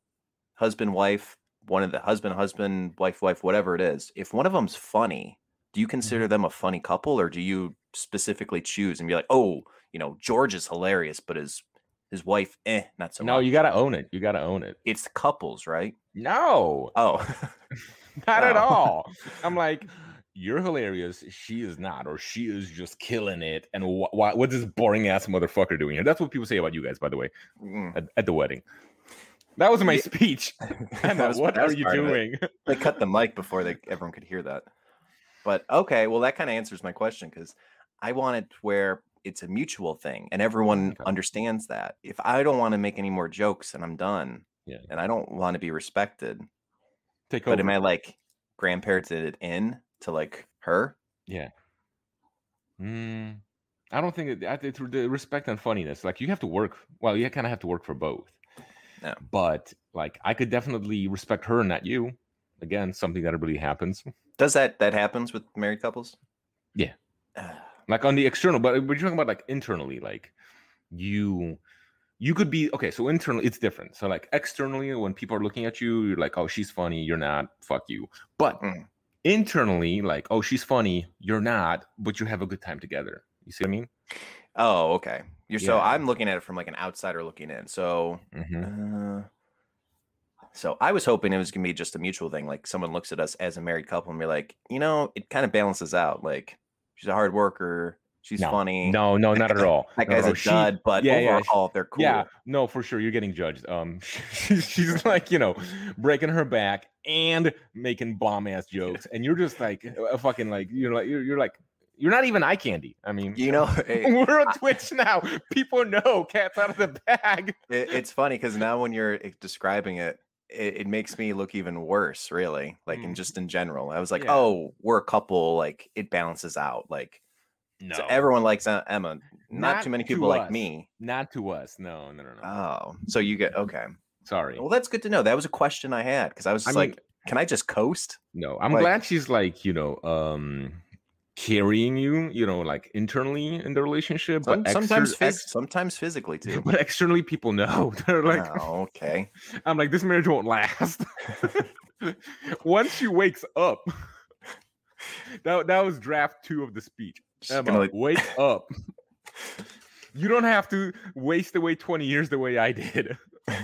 [SPEAKER 3] husband wife, one of the husband husband wife wife whatever it is. If one of them's funny, do you consider
[SPEAKER 4] Mm-hmm.
[SPEAKER 3] them a funny couple, or do you specifically choose and be like, oh, you know, George is hilarious, but his his wife, eh, not so
[SPEAKER 4] no,
[SPEAKER 3] much.
[SPEAKER 4] you got to own it. You got to own it.
[SPEAKER 3] it's couples, right?
[SPEAKER 4] No,
[SPEAKER 3] Oh,
[SPEAKER 4] not at
[SPEAKER 3] No.
[SPEAKER 4] all. I'm like, you're hilarious. She is not, or she is just killing it. And wh- wh- what's this boring ass motherfucker doing here? That's what people say about you guys, by the way,
[SPEAKER 3] Mm.
[SPEAKER 4] at, at the wedding. That was my
[SPEAKER 3] Yeah.
[SPEAKER 4] speech. Emma,
[SPEAKER 3] That was-
[SPEAKER 4] what
[SPEAKER 3] that
[SPEAKER 4] are
[SPEAKER 3] was
[SPEAKER 4] you
[SPEAKER 3] part of it.
[SPEAKER 4] doing?
[SPEAKER 3] They cut the mic before they everyone could hear that. But okay, well that kind of answers my question because I want it where it's a mutual thing and everyone
[SPEAKER 4] Okay.
[SPEAKER 3] understands that. If I don't want to make any more jokes and I'm done,
[SPEAKER 4] Yeah.
[SPEAKER 3] and I don't want to be respected,
[SPEAKER 4] Take
[SPEAKER 3] but am
[SPEAKER 4] over.
[SPEAKER 3] I like grandparented it in to like her?
[SPEAKER 4] Mm, I don't think it, I think through the respect and funniness, like you have to work. Well, you kind of have to work for both.
[SPEAKER 3] Yeah.
[SPEAKER 4] But like, I could definitely respect her, not you. Again, something that really happens,
[SPEAKER 3] Does that that happens with married couples?
[SPEAKER 4] Yeah.
[SPEAKER 3] Ah,
[SPEAKER 4] like on the external. But uh, we're talking about like internally, like you, you could be okay. So internally, it's different. So like externally, when people are looking at you, you're like, oh, she's funny. You're not. Fuck you. But
[SPEAKER 3] Mm.
[SPEAKER 4] internally, like, oh, she's funny. You're not. But you have a good time together. You see what I mean?
[SPEAKER 3] Oh, okay. You're so
[SPEAKER 4] Yeah.
[SPEAKER 3] I'm looking at it from like an outsider looking in. So
[SPEAKER 4] Mm-hmm.
[SPEAKER 3] Uh, so I was hoping it was gonna be just a mutual thing. Like someone looks at us as a married couple and be like, you know, it kind of balances out. Like she's a hard worker, she's
[SPEAKER 4] No,
[SPEAKER 3] funny.
[SPEAKER 4] No, no, not at all.
[SPEAKER 3] that
[SPEAKER 4] Not at
[SPEAKER 3] guy's
[SPEAKER 4] all.
[SPEAKER 3] a
[SPEAKER 4] She-
[SPEAKER 3] dud, but
[SPEAKER 4] yeah, yeah,
[SPEAKER 3] overall they're cool.
[SPEAKER 4] Yeah, no, for sure. You're getting judged. Um, she's, she's like, you know, breaking her back and making bomb ass jokes, and you're just like uh, a fucking like you're like you're, you're like you're not even eye candy. I mean,
[SPEAKER 3] You know, it,
[SPEAKER 4] we're on Twitch now. People know cats out of the bag.
[SPEAKER 3] it- it's funny because now when you're eh, describing it, it, it makes me look even worse. Really, like in
[SPEAKER 4] Mm.
[SPEAKER 3] just in general, I was like,
[SPEAKER 4] Yeah.
[SPEAKER 3] oh, we're a couple. Like it balances out. Like
[SPEAKER 4] No,
[SPEAKER 3] so everyone likes uh, Emma. Not,
[SPEAKER 4] Not
[SPEAKER 3] too many
[SPEAKER 4] to
[SPEAKER 3] people like
[SPEAKER 4] us.
[SPEAKER 3] me.
[SPEAKER 4] not to us. No, no, no, no.
[SPEAKER 3] Oh, so you get okay.
[SPEAKER 4] Sorry.
[SPEAKER 3] Well, that's good to know. That was a question I had because I was
[SPEAKER 4] I
[SPEAKER 3] just
[SPEAKER 4] mean-
[SPEAKER 3] like, can I just coast?
[SPEAKER 4] No, I'm
[SPEAKER 3] Like-
[SPEAKER 4] glad she's like, you know, um carrying you, you know, like internally in the relationship,
[SPEAKER 3] Some,
[SPEAKER 4] but exter-
[SPEAKER 3] sometimes, phys-
[SPEAKER 4] ex-
[SPEAKER 3] sometimes physically too.
[SPEAKER 4] but externally people know. They're like
[SPEAKER 3] oh, okay.
[SPEAKER 4] I'm like this marriage won't last. Once she wakes up. That that was draft 2 of the speech.
[SPEAKER 3] Just
[SPEAKER 4] Emma,
[SPEAKER 3] gonna, like,
[SPEAKER 4] wake up. You don't have to waste away 20 years the way I did.
[SPEAKER 3] huh?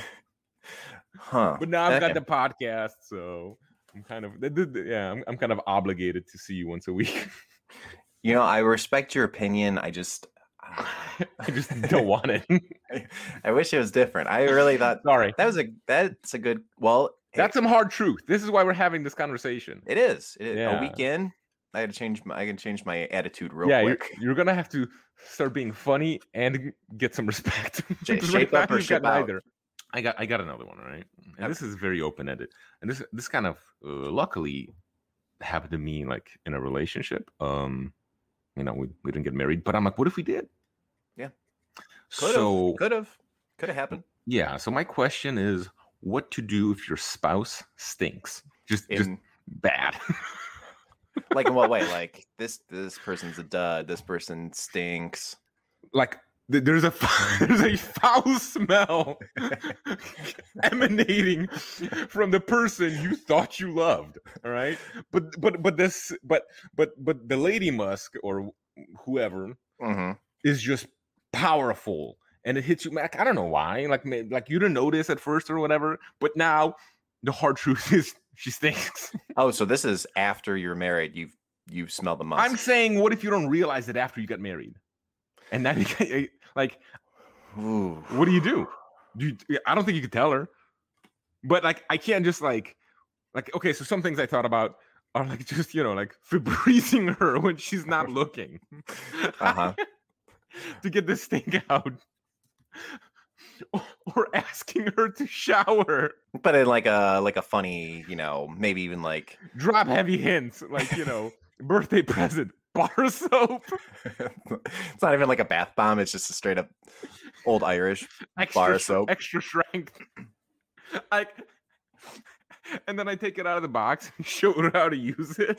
[SPEAKER 3] Oh,
[SPEAKER 4] But now I've
[SPEAKER 3] okay.
[SPEAKER 4] got the podcast, so I'm kind of th- th- th- yeah, I'm, I'm kind of obligated to see you once a week.
[SPEAKER 3] You know, I respect your opinion. I just, ah,
[SPEAKER 4] I just don't want it.
[SPEAKER 3] I, I wish it was different. I really thought
[SPEAKER 4] Sorry.
[SPEAKER 3] that was a that's a good. Well, hey,
[SPEAKER 4] That's some hard truth. This is why we're having this conversation.
[SPEAKER 3] it is. It is.
[SPEAKER 4] Yeah.
[SPEAKER 3] A weekend. I had to change. My, I can change my attitude real
[SPEAKER 4] Yeah, you're,
[SPEAKER 3] quick.
[SPEAKER 4] you're gonna have to start being funny and get some respect.
[SPEAKER 3] Sh-
[SPEAKER 4] 'Cause
[SPEAKER 3] shape up
[SPEAKER 4] now
[SPEAKER 3] or
[SPEAKER 4] you've
[SPEAKER 3] ship out?
[SPEAKER 4] got neither. I got I got another one, all right? And this is very open ended, and this this kind of uh, luckily happened to me like in a relationship. Um, you know, we, we didn't get married, but I'm like, what if we did?
[SPEAKER 3] Yeah. Could've,
[SPEAKER 4] So
[SPEAKER 3] Could have. Could have happened.
[SPEAKER 4] Yeah. So my question is, what to do if your spouse stinks? Just just
[SPEAKER 3] In
[SPEAKER 4] bad.
[SPEAKER 3] like in what way? Like this this person's a dud. This person stinks.
[SPEAKER 4] like th- there's a there's a foul smell emanating from the person you thought you loved all right but but but this but but but the lady musk or whoever
[SPEAKER 3] hmm
[SPEAKER 4] is just powerful and it hits you like i don't know why like may- like you didn't notice at first or whatever but now the hard truth is she stinks
[SPEAKER 3] Oh, so this is after you're married. You've you smell the musk.
[SPEAKER 4] i'm saying what if you don't realize it after you got married and now you can, like
[SPEAKER 3] Ooh.
[SPEAKER 4] what do you do? Do you, I don't think you could tell her, but like I can't just like like okay. So some things I thought about are like just you know like Febrezing her when she's not looking
[SPEAKER 3] Uh-huh.
[SPEAKER 4] to get this thing out, or, or asking her to shower.
[SPEAKER 3] But in like a like a funny, you know, maybe even like
[SPEAKER 4] Drop heavy hints like you know birthday present bar soap
[SPEAKER 3] it's not even like a bath bomb. It's just a straight up old Irish.
[SPEAKER 4] extra
[SPEAKER 3] Bar
[SPEAKER 4] str-
[SPEAKER 3] soap.
[SPEAKER 4] extra strength. Like. And then I take it out of the box and show her how to use it.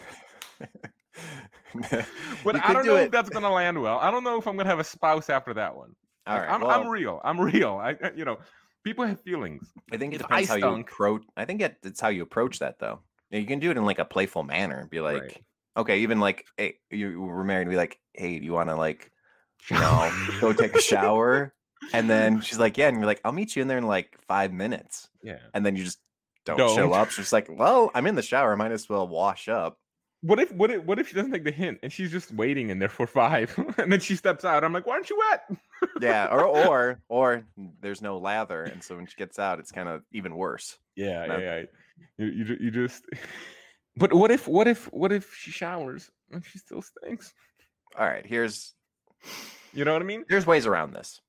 [SPEAKER 4] But
[SPEAKER 3] You
[SPEAKER 4] I
[SPEAKER 3] could
[SPEAKER 4] don't
[SPEAKER 3] do
[SPEAKER 4] know
[SPEAKER 3] it.
[SPEAKER 4] if that's gonna land well. I don't know if I'm gonna have a spouse after that one.
[SPEAKER 3] All
[SPEAKER 4] Like,
[SPEAKER 3] right.
[SPEAKER 4] I'm,
[SPEAKER 3] well,
[SPEAKER 4] I'm real. I'm real. I, I- you know, people have feelings.
[SPEAKER 3] I think it
[SPEAKER 4] if I
[SPEAKER 3] depends how you
[SPEAKER 4] stunk-
[SPEAKER 3] approach. I think it, it's how you approach that though. You can do it in like a playful manner and be like,
[SPEAKER 4] Right.
[SPEAKER 3] okay, even like, hey, you were married, and be like, hey, do you want to like, you know, go take a shower? And then she's like, yeah, and you're like, I'll meet you in there in like five minutes,
[SPEAKER 4] Yeah.
[SPEAKER 3] and then you just don't,
[SPEAKER 4] Don't.
[SPEAKER 3] show up. She's like, well, I'm in the shower, I might as well wash up.
[SPEAKER 4] What if what if what if she doesn't take the hint and she's just waiting in there for five and then she steps out? I'm like, why aren't you wet?
[SPEAKER 3] Yeah, or or or there's no lather, and so when she gets out, it's kind of even worse.
[SPEAKER 4] Yeah,
[SPEAKER 3] No.
[SPEAKER 4] yeah, yeah. You, you ju- you just. But what if what if what if she showers and she still stinks?
[SPEAKER 3] All right, here's
[SPEAKER 4] You know what I mean?
[SPEAKER 3] there's ways around this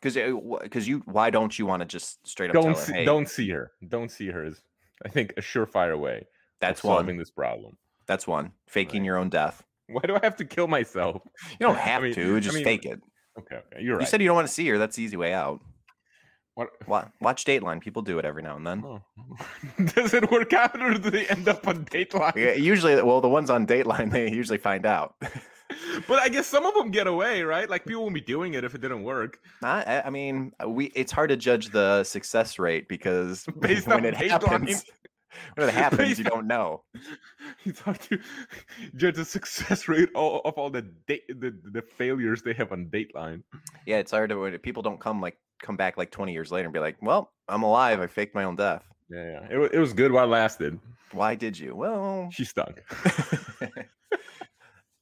[SPEAKER 3] because because you why don't you want to just straight up tell
[SPEAKER 4] Don't
[SPEAKER 3] her,
[SPEAKER 4] see,
[SPEAKER 3] "Hey,
[SPEAKER 4] don't see her. Don't see her is, I think, a surefire way of
[SPEAKER 3] that's one
[SPEAKER 4] solving this problem.
[SPEAKER 3] that's one faking
[SPEAKER 4] Right.
[SPEAKER 3] your own death
[SPEAKER 4] Why do I have to kill myself?
[SPEAKER 3] you don't
[SPEAKER 4] I
[SPEAKER 3] have
[SPEAKER 4] mean- I
[SPEAKER 3] to just
[SPEAKER 4] mean,
[SPEAKER 3] fake it
[SPEAKER 4] Okay, okay, you're right.
[SPEAKER 3] you said you don't want to see her that's the easy way out
[SPEAKER 4] What?
[SPEAKER 3] Wa- watch dateline people do it every now and then
[SPEAKER 4] Oh. Does it work out or do they end up on Dateline?
[SPEAKER 3] Yeah, usually well the ones on dateline they usually find out
[SPEAKER 4] But I guess some of them get away, right? Like people wouldn't be doing it if it didn't work.
[SPEAKER 3] Not- I, I mean uh, we it's hard to judge the success rate because
[SPEAKER 4] Based
[SPEAKER 3] when
[SPEAKER 4] on
[SPEAKER 3] it
[SPEAKER 4] Dateline.
[SPEAKER 3] happens when it happens you
[SPEAKER 4] Based on-
[SPEAKER 3] don't know
[SPEAKER 4] It's hard to judge the success rate all, of all the, da- the the failures they have on Dateline.
[SPEAKER 3] yeah it's hard to when people don't come like come back like 20 years later and be like well i'm alive i faked my own death
[SPEAKER 4] Yeah, yeah. It, wa- it was good while it lasted.
[SPEAKER 3] why did you well
[SPEAKER 4] She stunk.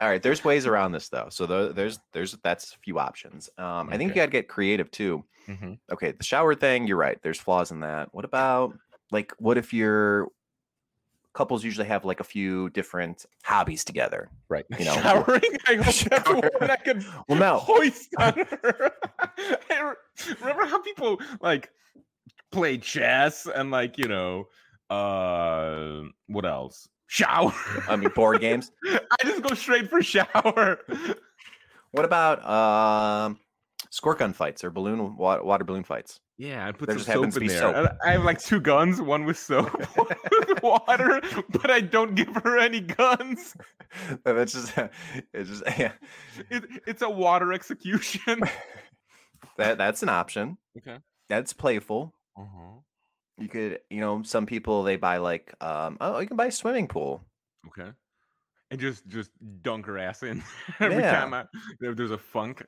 [SPEAKER 3] All right, there's ways around this though. So tho- there's there's that's a few options. Um, I think you
[SPEAKER 4] Okay.
[SPEAKER 3] got to get creative too.
[SPEAKER 4] Mm-hmm.
[SPEAKER 3] Okay, the shower thing, you're right. There's flaws in that. What about like what if your couples usually have like a few different hobbies together?
[SPEAKER 4] Right.
[SPEAKER 3] You know,
[SPEAKER 4] Showering. I hope that's
[SPEAKER 3] shower.
[SPEAKER 4] one I could
[SPEAKER 3] Well, no.
[SPEAKER 4] hoist on her. I re- Remember how people like play chess and like you know uh what else? Shower.
[SPEAKER 3] I mean board games.
[SPEAKER 4] I just go straight for shower.
[SPEAKER 3] What about um squirt gun fights or balloon wa- water balloon fights?
[SPEAKER 4] Yeah, I put
[SPEAKER 3] There
[SPEAKER 4] some
[SPEAKER 3] just happens
[SPEAKER 4] soap in
[SPEAKER 3] to be
[SPEAKER 4] there.
[SPEAKER 3] soap.
[SPEAKER 4] I I have like two guns, one with soap, one with water, but I don't give her any guns.
[SPEAKER 3] that's just it's just yeah.
[SPEAKER 4] It, it's a water execution.
[SPEAKER 3] That that's an option.
[SPEAKER 4] Okay.
[SPEAKER 3] That's playful.
[SPEAKER 4] Uh-huh.
[SPEAKER 3] You could, you know, some people they buy like, um, oh, you can buy a swimming pool.
[SPEAKER 4] Okay. And just just dunk her ass in every
[SPEAKER 3] Yeah.
[SPEAKER 4] time I, there- there's a funk.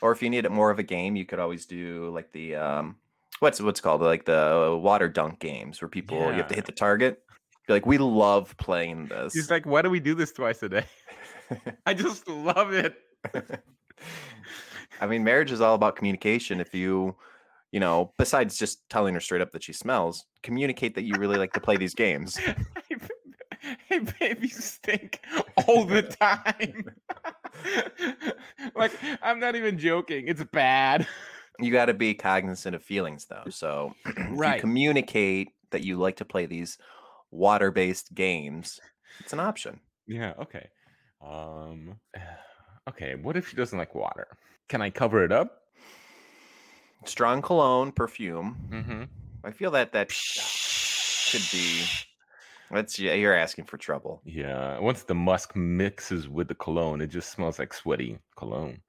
[SPEAKER 3] Or if you need it more of a game, you could always do like the um, what's what's it called like the water dunk games where people you have to
[SPEAKER 4] Yeah.
[SPEAKER 3] hit the target. Be like, we love playing this.
[SPEAKER 4] She's like, why do we do this twice a day? I just love it.
[SPEAKER 3] I mean, marriage is all about communication. If you, you know, besides just telling her straight up that she smells, communicate that you really like to play these games.
[SPEAKER 4] Hey, ba- hey, baby, you stink all the time. like, I'm not even joking. It's bad.
[SPEAKER 3] you got to be cognizant of feelings though so if you
[SPEAKER 4] Right.
[SPEAKER 3] communicate that you like to play these water-based games it's an option
[SPEAKER 4] Yeah, okay. Um okay, what if she doesn't like water? Can I cover it up?
[SPEAKER 3] strong cologne perfume
[SPEAKER 4] Mm-hmm.
[SPEAKER 3] i feel that that should be That's yeah, you're asking for trouble.
[SPEAKER 4] Yeah. Once the musk mixes with the cologne, it just smells like sweaty cologne.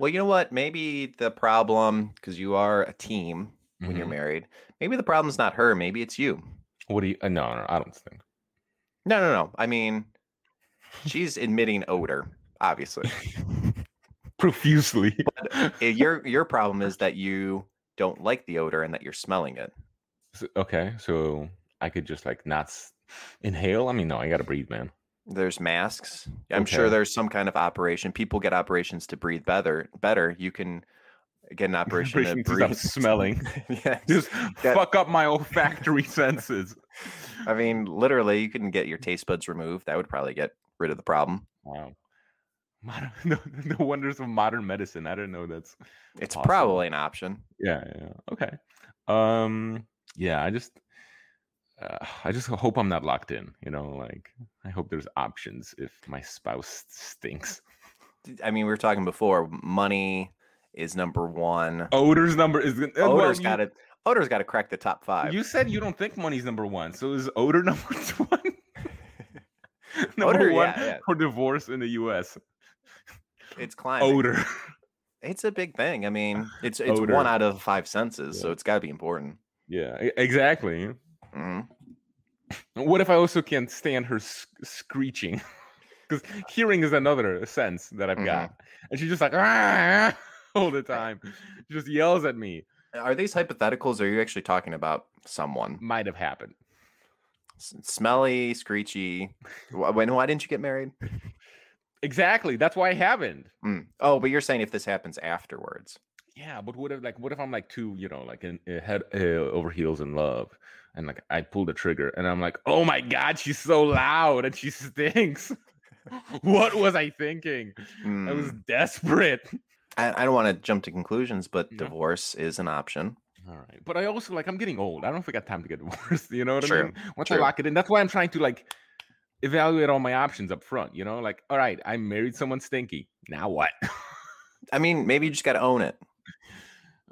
[SPEAKER 3] Well, you know what? Maybe the problem because you are a team when you're
[SPEAKER 4] Mhm.
[SPEAKER 3] married. Maybe the problem's not her. Maybe it's you.
[SPEAKER 4] What do you? uh, No, no, I don't think.
[SPEAKER 3] No, no, no. I mean, she's admitting odor, obviously.
[SPEAKER 4] Profusely.
[SPEAKER 3] Eh, your your problem is that you don't like the odor and that you're smelling it.
[SPEAKER 4] So- okay, so I could just like not s- inhale. I mean, no, I gotta breathe, man.
[SPEAKER 3] There's masks. I'm sure
[SPEAKER 4] Okay.
[SPEAKER 3] there's some kind of operation. People get operations to breathe better. Better. You can get an operation, to
[SPEAKER 4] Operation to stop
[SPEAKER 3] breathe.
[SPEAKER 4] smelling.
[SPEAKER 3] yes.
[SPEAKER 4] Just
[SPEAKER 3] That-
[SPEAKER 4] fuck up my olfactory senses.
[SPEAKER 3] I mean, literally, you can get your taste buds removed. That would probably get rid of the problem.
[SPEAKER 4] Wow. Modern, the, the wonders of modern medicine. I don't know. That's
[SPEAKER 3] It's
[SPEAKER 4] Possible.
[SPEAKER 3] probably an option.
[SPEAKER 4] yeah, yeah. Okay. Um. Yeah. I just. Uh, I just hope I'm not locked in. You know, like I hope there's options if my spouse stinks.
[SPEAKER 3] D- I mean, we were talking before. Money is number one.
[SPEAKER 4] Odor's number is gonna- Oh, well,
[SPEAKER 3] Odor's
[SPEAKER 4] you-
[SPEAKER 3] got to. Odor's got to crack the top five.
[SPEAKER 4] You said you don't think money's number one, so is odor number one? number
[SPEAKER 3] Odor,
[SPEAKER 4] one
[SPEAKER 3] yeah, yeah.
[SPEAKER 4] for divorce in the U.S.
[SPEAKER 3] it's climbing.
[SPEAKER 4] Odor.
[SPEAKER 3] It's a big thing. I mean, it's it's
[SPEAKER 4] Odor.
[SPEAKER 3] one out of five senses, so it's got to be important.
[SPEAKER 4] yeah, e- exactly.
[SPEAKER 3] Mhm.
[SPEAKER 4] What if I also can't stand her s- screeching? Because hearing is another sense that I've
[SPEAKER 3] Mhm.
[SPEAKER 4] got, and she's just like "Ah," all the time. She just yells at me.
[SPEAKER 3] Are these hypotheticals? Or are you actually talking about someone
[SPEAKER 4] Might have happened.
[SPEAKER 3] S- smelly, screechy? Wh- When why didn't you get married?
[SPEAKER 4] Exactly. That's why I haven't.
[SPEAKER 3] Mm. Oh, but you're saying if this happens afterwards.
[SPEAKER 4] Yeah, but what if like what if I'm like too you know like in, uh, head uh, over heels in love, and like I pull the trigger and I'm like, oh my god, she's so loud and she stinks. what was I thinking? I was
[SPEAKER 3] Mm.
[SPEAKER 4] desperate.
[SPEAKER 3] I, I don't want to jump to conclusions, but
[SPEAKER 4] No.
[SPEAKER 3] divorce is an option.
[SPEAKER 4] All right, but I also like I'm getting old. I don't think I got time to get divorced. You know what I
[SPEAKER 3] True,
[SPEAKER 4] mean? Once I
[SPEAKER 3] true.
[SPEAKER 4] lock it in, that's why I'm trying to like evaluate all my options up front. You know, like all right, I married someone stinky. Now what?
[SPEAKER 3] I mean, maybe you just got to own it.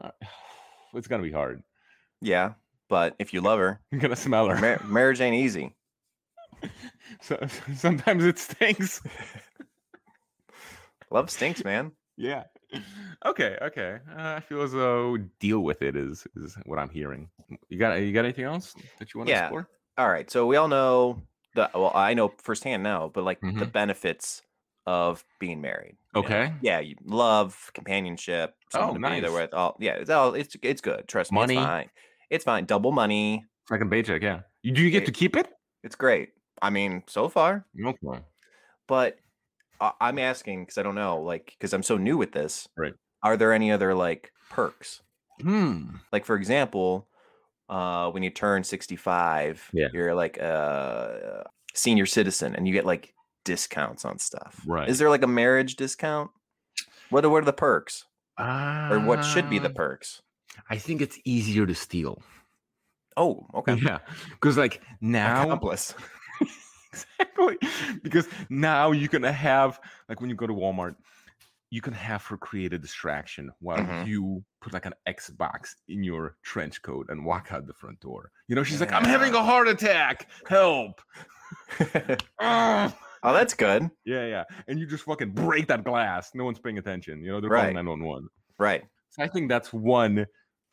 [SPEAKER 4] Uh, it's gonna be hard.
[SPEAKER 3] Yeah, but if you love her,
[SPEAKER 4] I'm gonna smell her.
[SPEAKER 3] mar- marriage ain't easy.
[SPEAKER 4] So, sometimes it stinks.
[SPEAKER 3] Love stinks, man.
[SPEAKER 4] Yeah. Okay. Okay. Uh, I feel as though deal with it is is what I'm hearing. You got you got anything else that you want to
[SPEAKER 3] Yeah.
[SPEAKER 4] explore?
[SPEAKER 3] All right, so we all know the well, I know firsthand now, but like the
[SPEAKER 4] Mhm.
[SPEAKER 3] benefits of being married. you know?
[SPEAKER 4] Okay.
[SPEAKER 3] Yeah, you love companionship. someone
[SPEAKER 4] Oh,
[SPEAKER 3] to be there
[SPEAKER 4] nice.
[SPEAKER 3] with. All yeah, it's all it's it's good. Trust
[SPEAKER 4] Money.
[SPEAKER 3] me, it's fine. It's fine. Double money.
[SPEAKER 4] Second paycheck. Yeah. You, do you get
[SPEAKER 3] It-
[SPEAKER 4] to keep it?
[SPEAKER 3] It's great. I mean, so far,
[SPEAKER 4] Okay.
[SPEAKER 3] but I- I'm asking because I don't know, like, because I'm so new with this.
[SPEAKER 4] Right.
[SPEAKER 3] Are there any other like perks?
[SPEAKER 4] Hmm.
[SPEAKER 3] Like, for example, uh, when you turn 65,
[SPEAKER 4] Yeah.
[SPEAKER 3] you're like a senior citizen and you get like discounts on stuff.
[SPEAKER 4] Right.
[SPEAKER 3] Is there like a marriage discount? What are, what are the perks or what should be the
[SPEAKER 4] Um,
[SPEAKER 3] perks?
[SPEAKER 4] I think it's easier to steal.
[SPEAKER 3] Oh, okay.
[SPEAKER 4] Yeah. Because like now,
[SPEAKER 3] Accomplice.
[SPEAKER 4] exactly. Because now you can have like when you go to Walmart, you can have her create a distraction while
[SPEAKER 3] Mhm.
[SPEAKER 4] you put like an Xbox in your trench coat and walk out the front door. You know, she's like, "I'm having
[SPEAKER 3] Yeah.
[SPEAKER 4] a heart attack. Help!" Ah.
[SPEAKER 3] oh, that's good.
[SPEAKER 4] yeah, yeah. And you just fucking break that glass. No one's paying attention. You know, they're
[SPEAKER 3] Right.
[SPEAKER 4] calling nine one one.
[SPEAKER 3] Right.
[SPEAKER 4] So I think that's one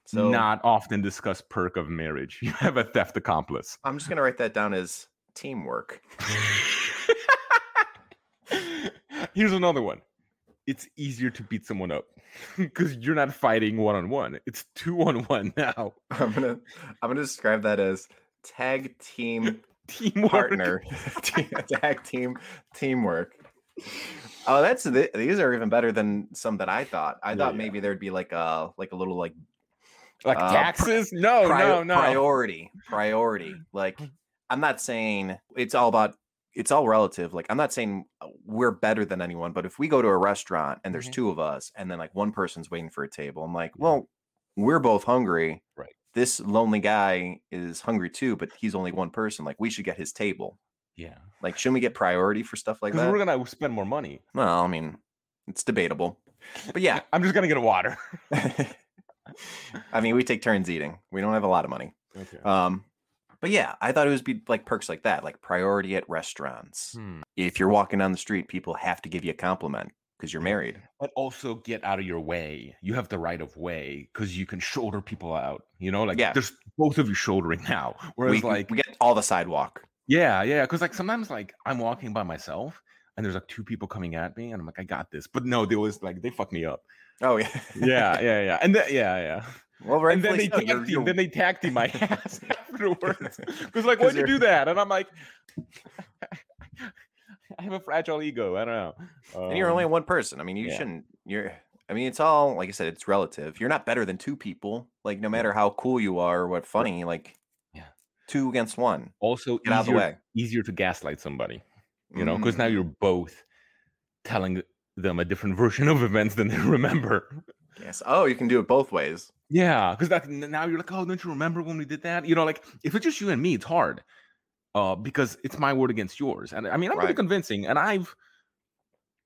[SPEAKER 3] So
[SPEAKER 4] not often discussed perk of marriage. You have a theft accomplice.
[SPEAKER 3] I'm just going to write that down as teamwork.
[SPEAKER 4] Here's another one. It's easier to beat someone up because you're not fighting one on one. It's two on one now.
[SPEAKER 3] I'm gonna I'm gonna describe that as tag team
[SPEAKER 4] Teamwork.
[SPEAKER 3] partner, Te- tag team teamwork. Oh, that's th- these are even better than some that I thought. I
[SPEAKER 4] Yeah,
[SPEAKER 3] thought
[SPEAKER 4] yeah.
[SPEAKER 3] maybe there'd be like a like a little like
[SPEAKER 4] Like
[SPEAKER 3] Uh, pri-
[SPEAKER 4] taxes? no,
[SPEAKER 3] pri-
[SPEAKER 4] Oh, no, Mm. no.
[SPEAKER 3] priority priority. Like I'm not saying it's all about it's all relative. Like I'm not saying uh, we're better than anyone, but if we go to a restaurant and there's
[SPEAKER 4] Mhm.
[SPEAKER 3] two of us and then like one person's waiting for a table, I'm like, well, we're both hungry.
[SPEAKER 4] Right.
[SPEAKER 3] This lonely guy is hungry too, but he's only one person. Like we should get his table.
[SPEAKER 4] yeah.
[SPEAKER 3] Like shouldn't we get priority for stuff like
[SPEAKER 4] Because
[SPEAKER 3] that?
[SPEAKER 4] we're going to spend more money.
[SPEAKER 3] Well, I mean, it's debatable. But yeah,
[SPEAKER 4] I'm just going to get water. Uh,
[SPEAKER 3] I mean, we take turns eating. We don't have a lot of money.
[SPEAKER 4] Okay.
[SPEAKER 3] Um, But yeah, I thought it was be like perks like that, like priority at restaurants.
[SPEAKER 1] Hmm.
[SPEAKER 3] If you're walking down the street, people have to give you a compliment because you're married.
[SPEAKER 4] but also get out of your way. You have the right of way because you can shoulder people out. You know, like
[SPEAKER 3] Yeah.
[SPEAKER 4] there's both of you shouldering now. Whereas
[SPEAKER 3] We,
[SPEAKER 4] like,
[SPEAKER 3] we get all the sidewalk.
[SPEAKER 4] yeah, yeah, because like sometimes like I'm walking by myself and there's like two people coming at me and I'm like, I got this. But no, they always like they fuck me up.
[SPEAKER 3] Oh yeah,
[SPEAKER 4] Yeah, yeah, yeah, and th- yeah, yeah.
[SPEAKER 3] well,
[SPEAKER 4] and then
[SPEAKER 3] rightfully
[SPEAKER 4] they
[SPEAKER 3] so.
[SPEAKER 4] tag
[SPEAKER 3] You're-
[SPEAKER 4] team, then they tag team my ass afterwards. Because like,
[SPEAKER 3] 'Cause
[SPEAKER 4] why'd you
[SPEAKER 3] you're-
[SPEAKER 4] do that? And I'm like, I have a fragile ego. I don't know.
[SPEAKER 3] and you're only
[SPEAKER 4] Um,
[SPEAKER 3] one person. I mean, you
[SPEAKER 4] yeah.
[SPEAKER 3] shouldn't. You're. I mean, it's all like I said. It's relative. You're not better than two people. Like no matter how cool you are or what funny, like
[SPEAKER 4] Yeah.
[SPEAKER 3] two against one.
[SPEAKER 4] also
[SPEAKER 3] Get out of the
[SPEAKER 4] easier-
[SPEAKER 3] way.
[SPEAKER 4] easier to gaslight somebody. you know, because now
[SPEAKER 3] Mm.
[SPEAKER 4] you're both telling them a different version of events than they remember.
[SPEAKER 3] yes. Oh, you can do it both ways.
[SPEAKER 4] Yeah, because that n- now you're like, oh, don't you remember when we did that? You know, like if it's just you and me, it's hard, uh, because it's my word against yours, and I mean, I'm pretty
[SPEAKER 3] Right.
[SPEAKER 4] convincing, and I've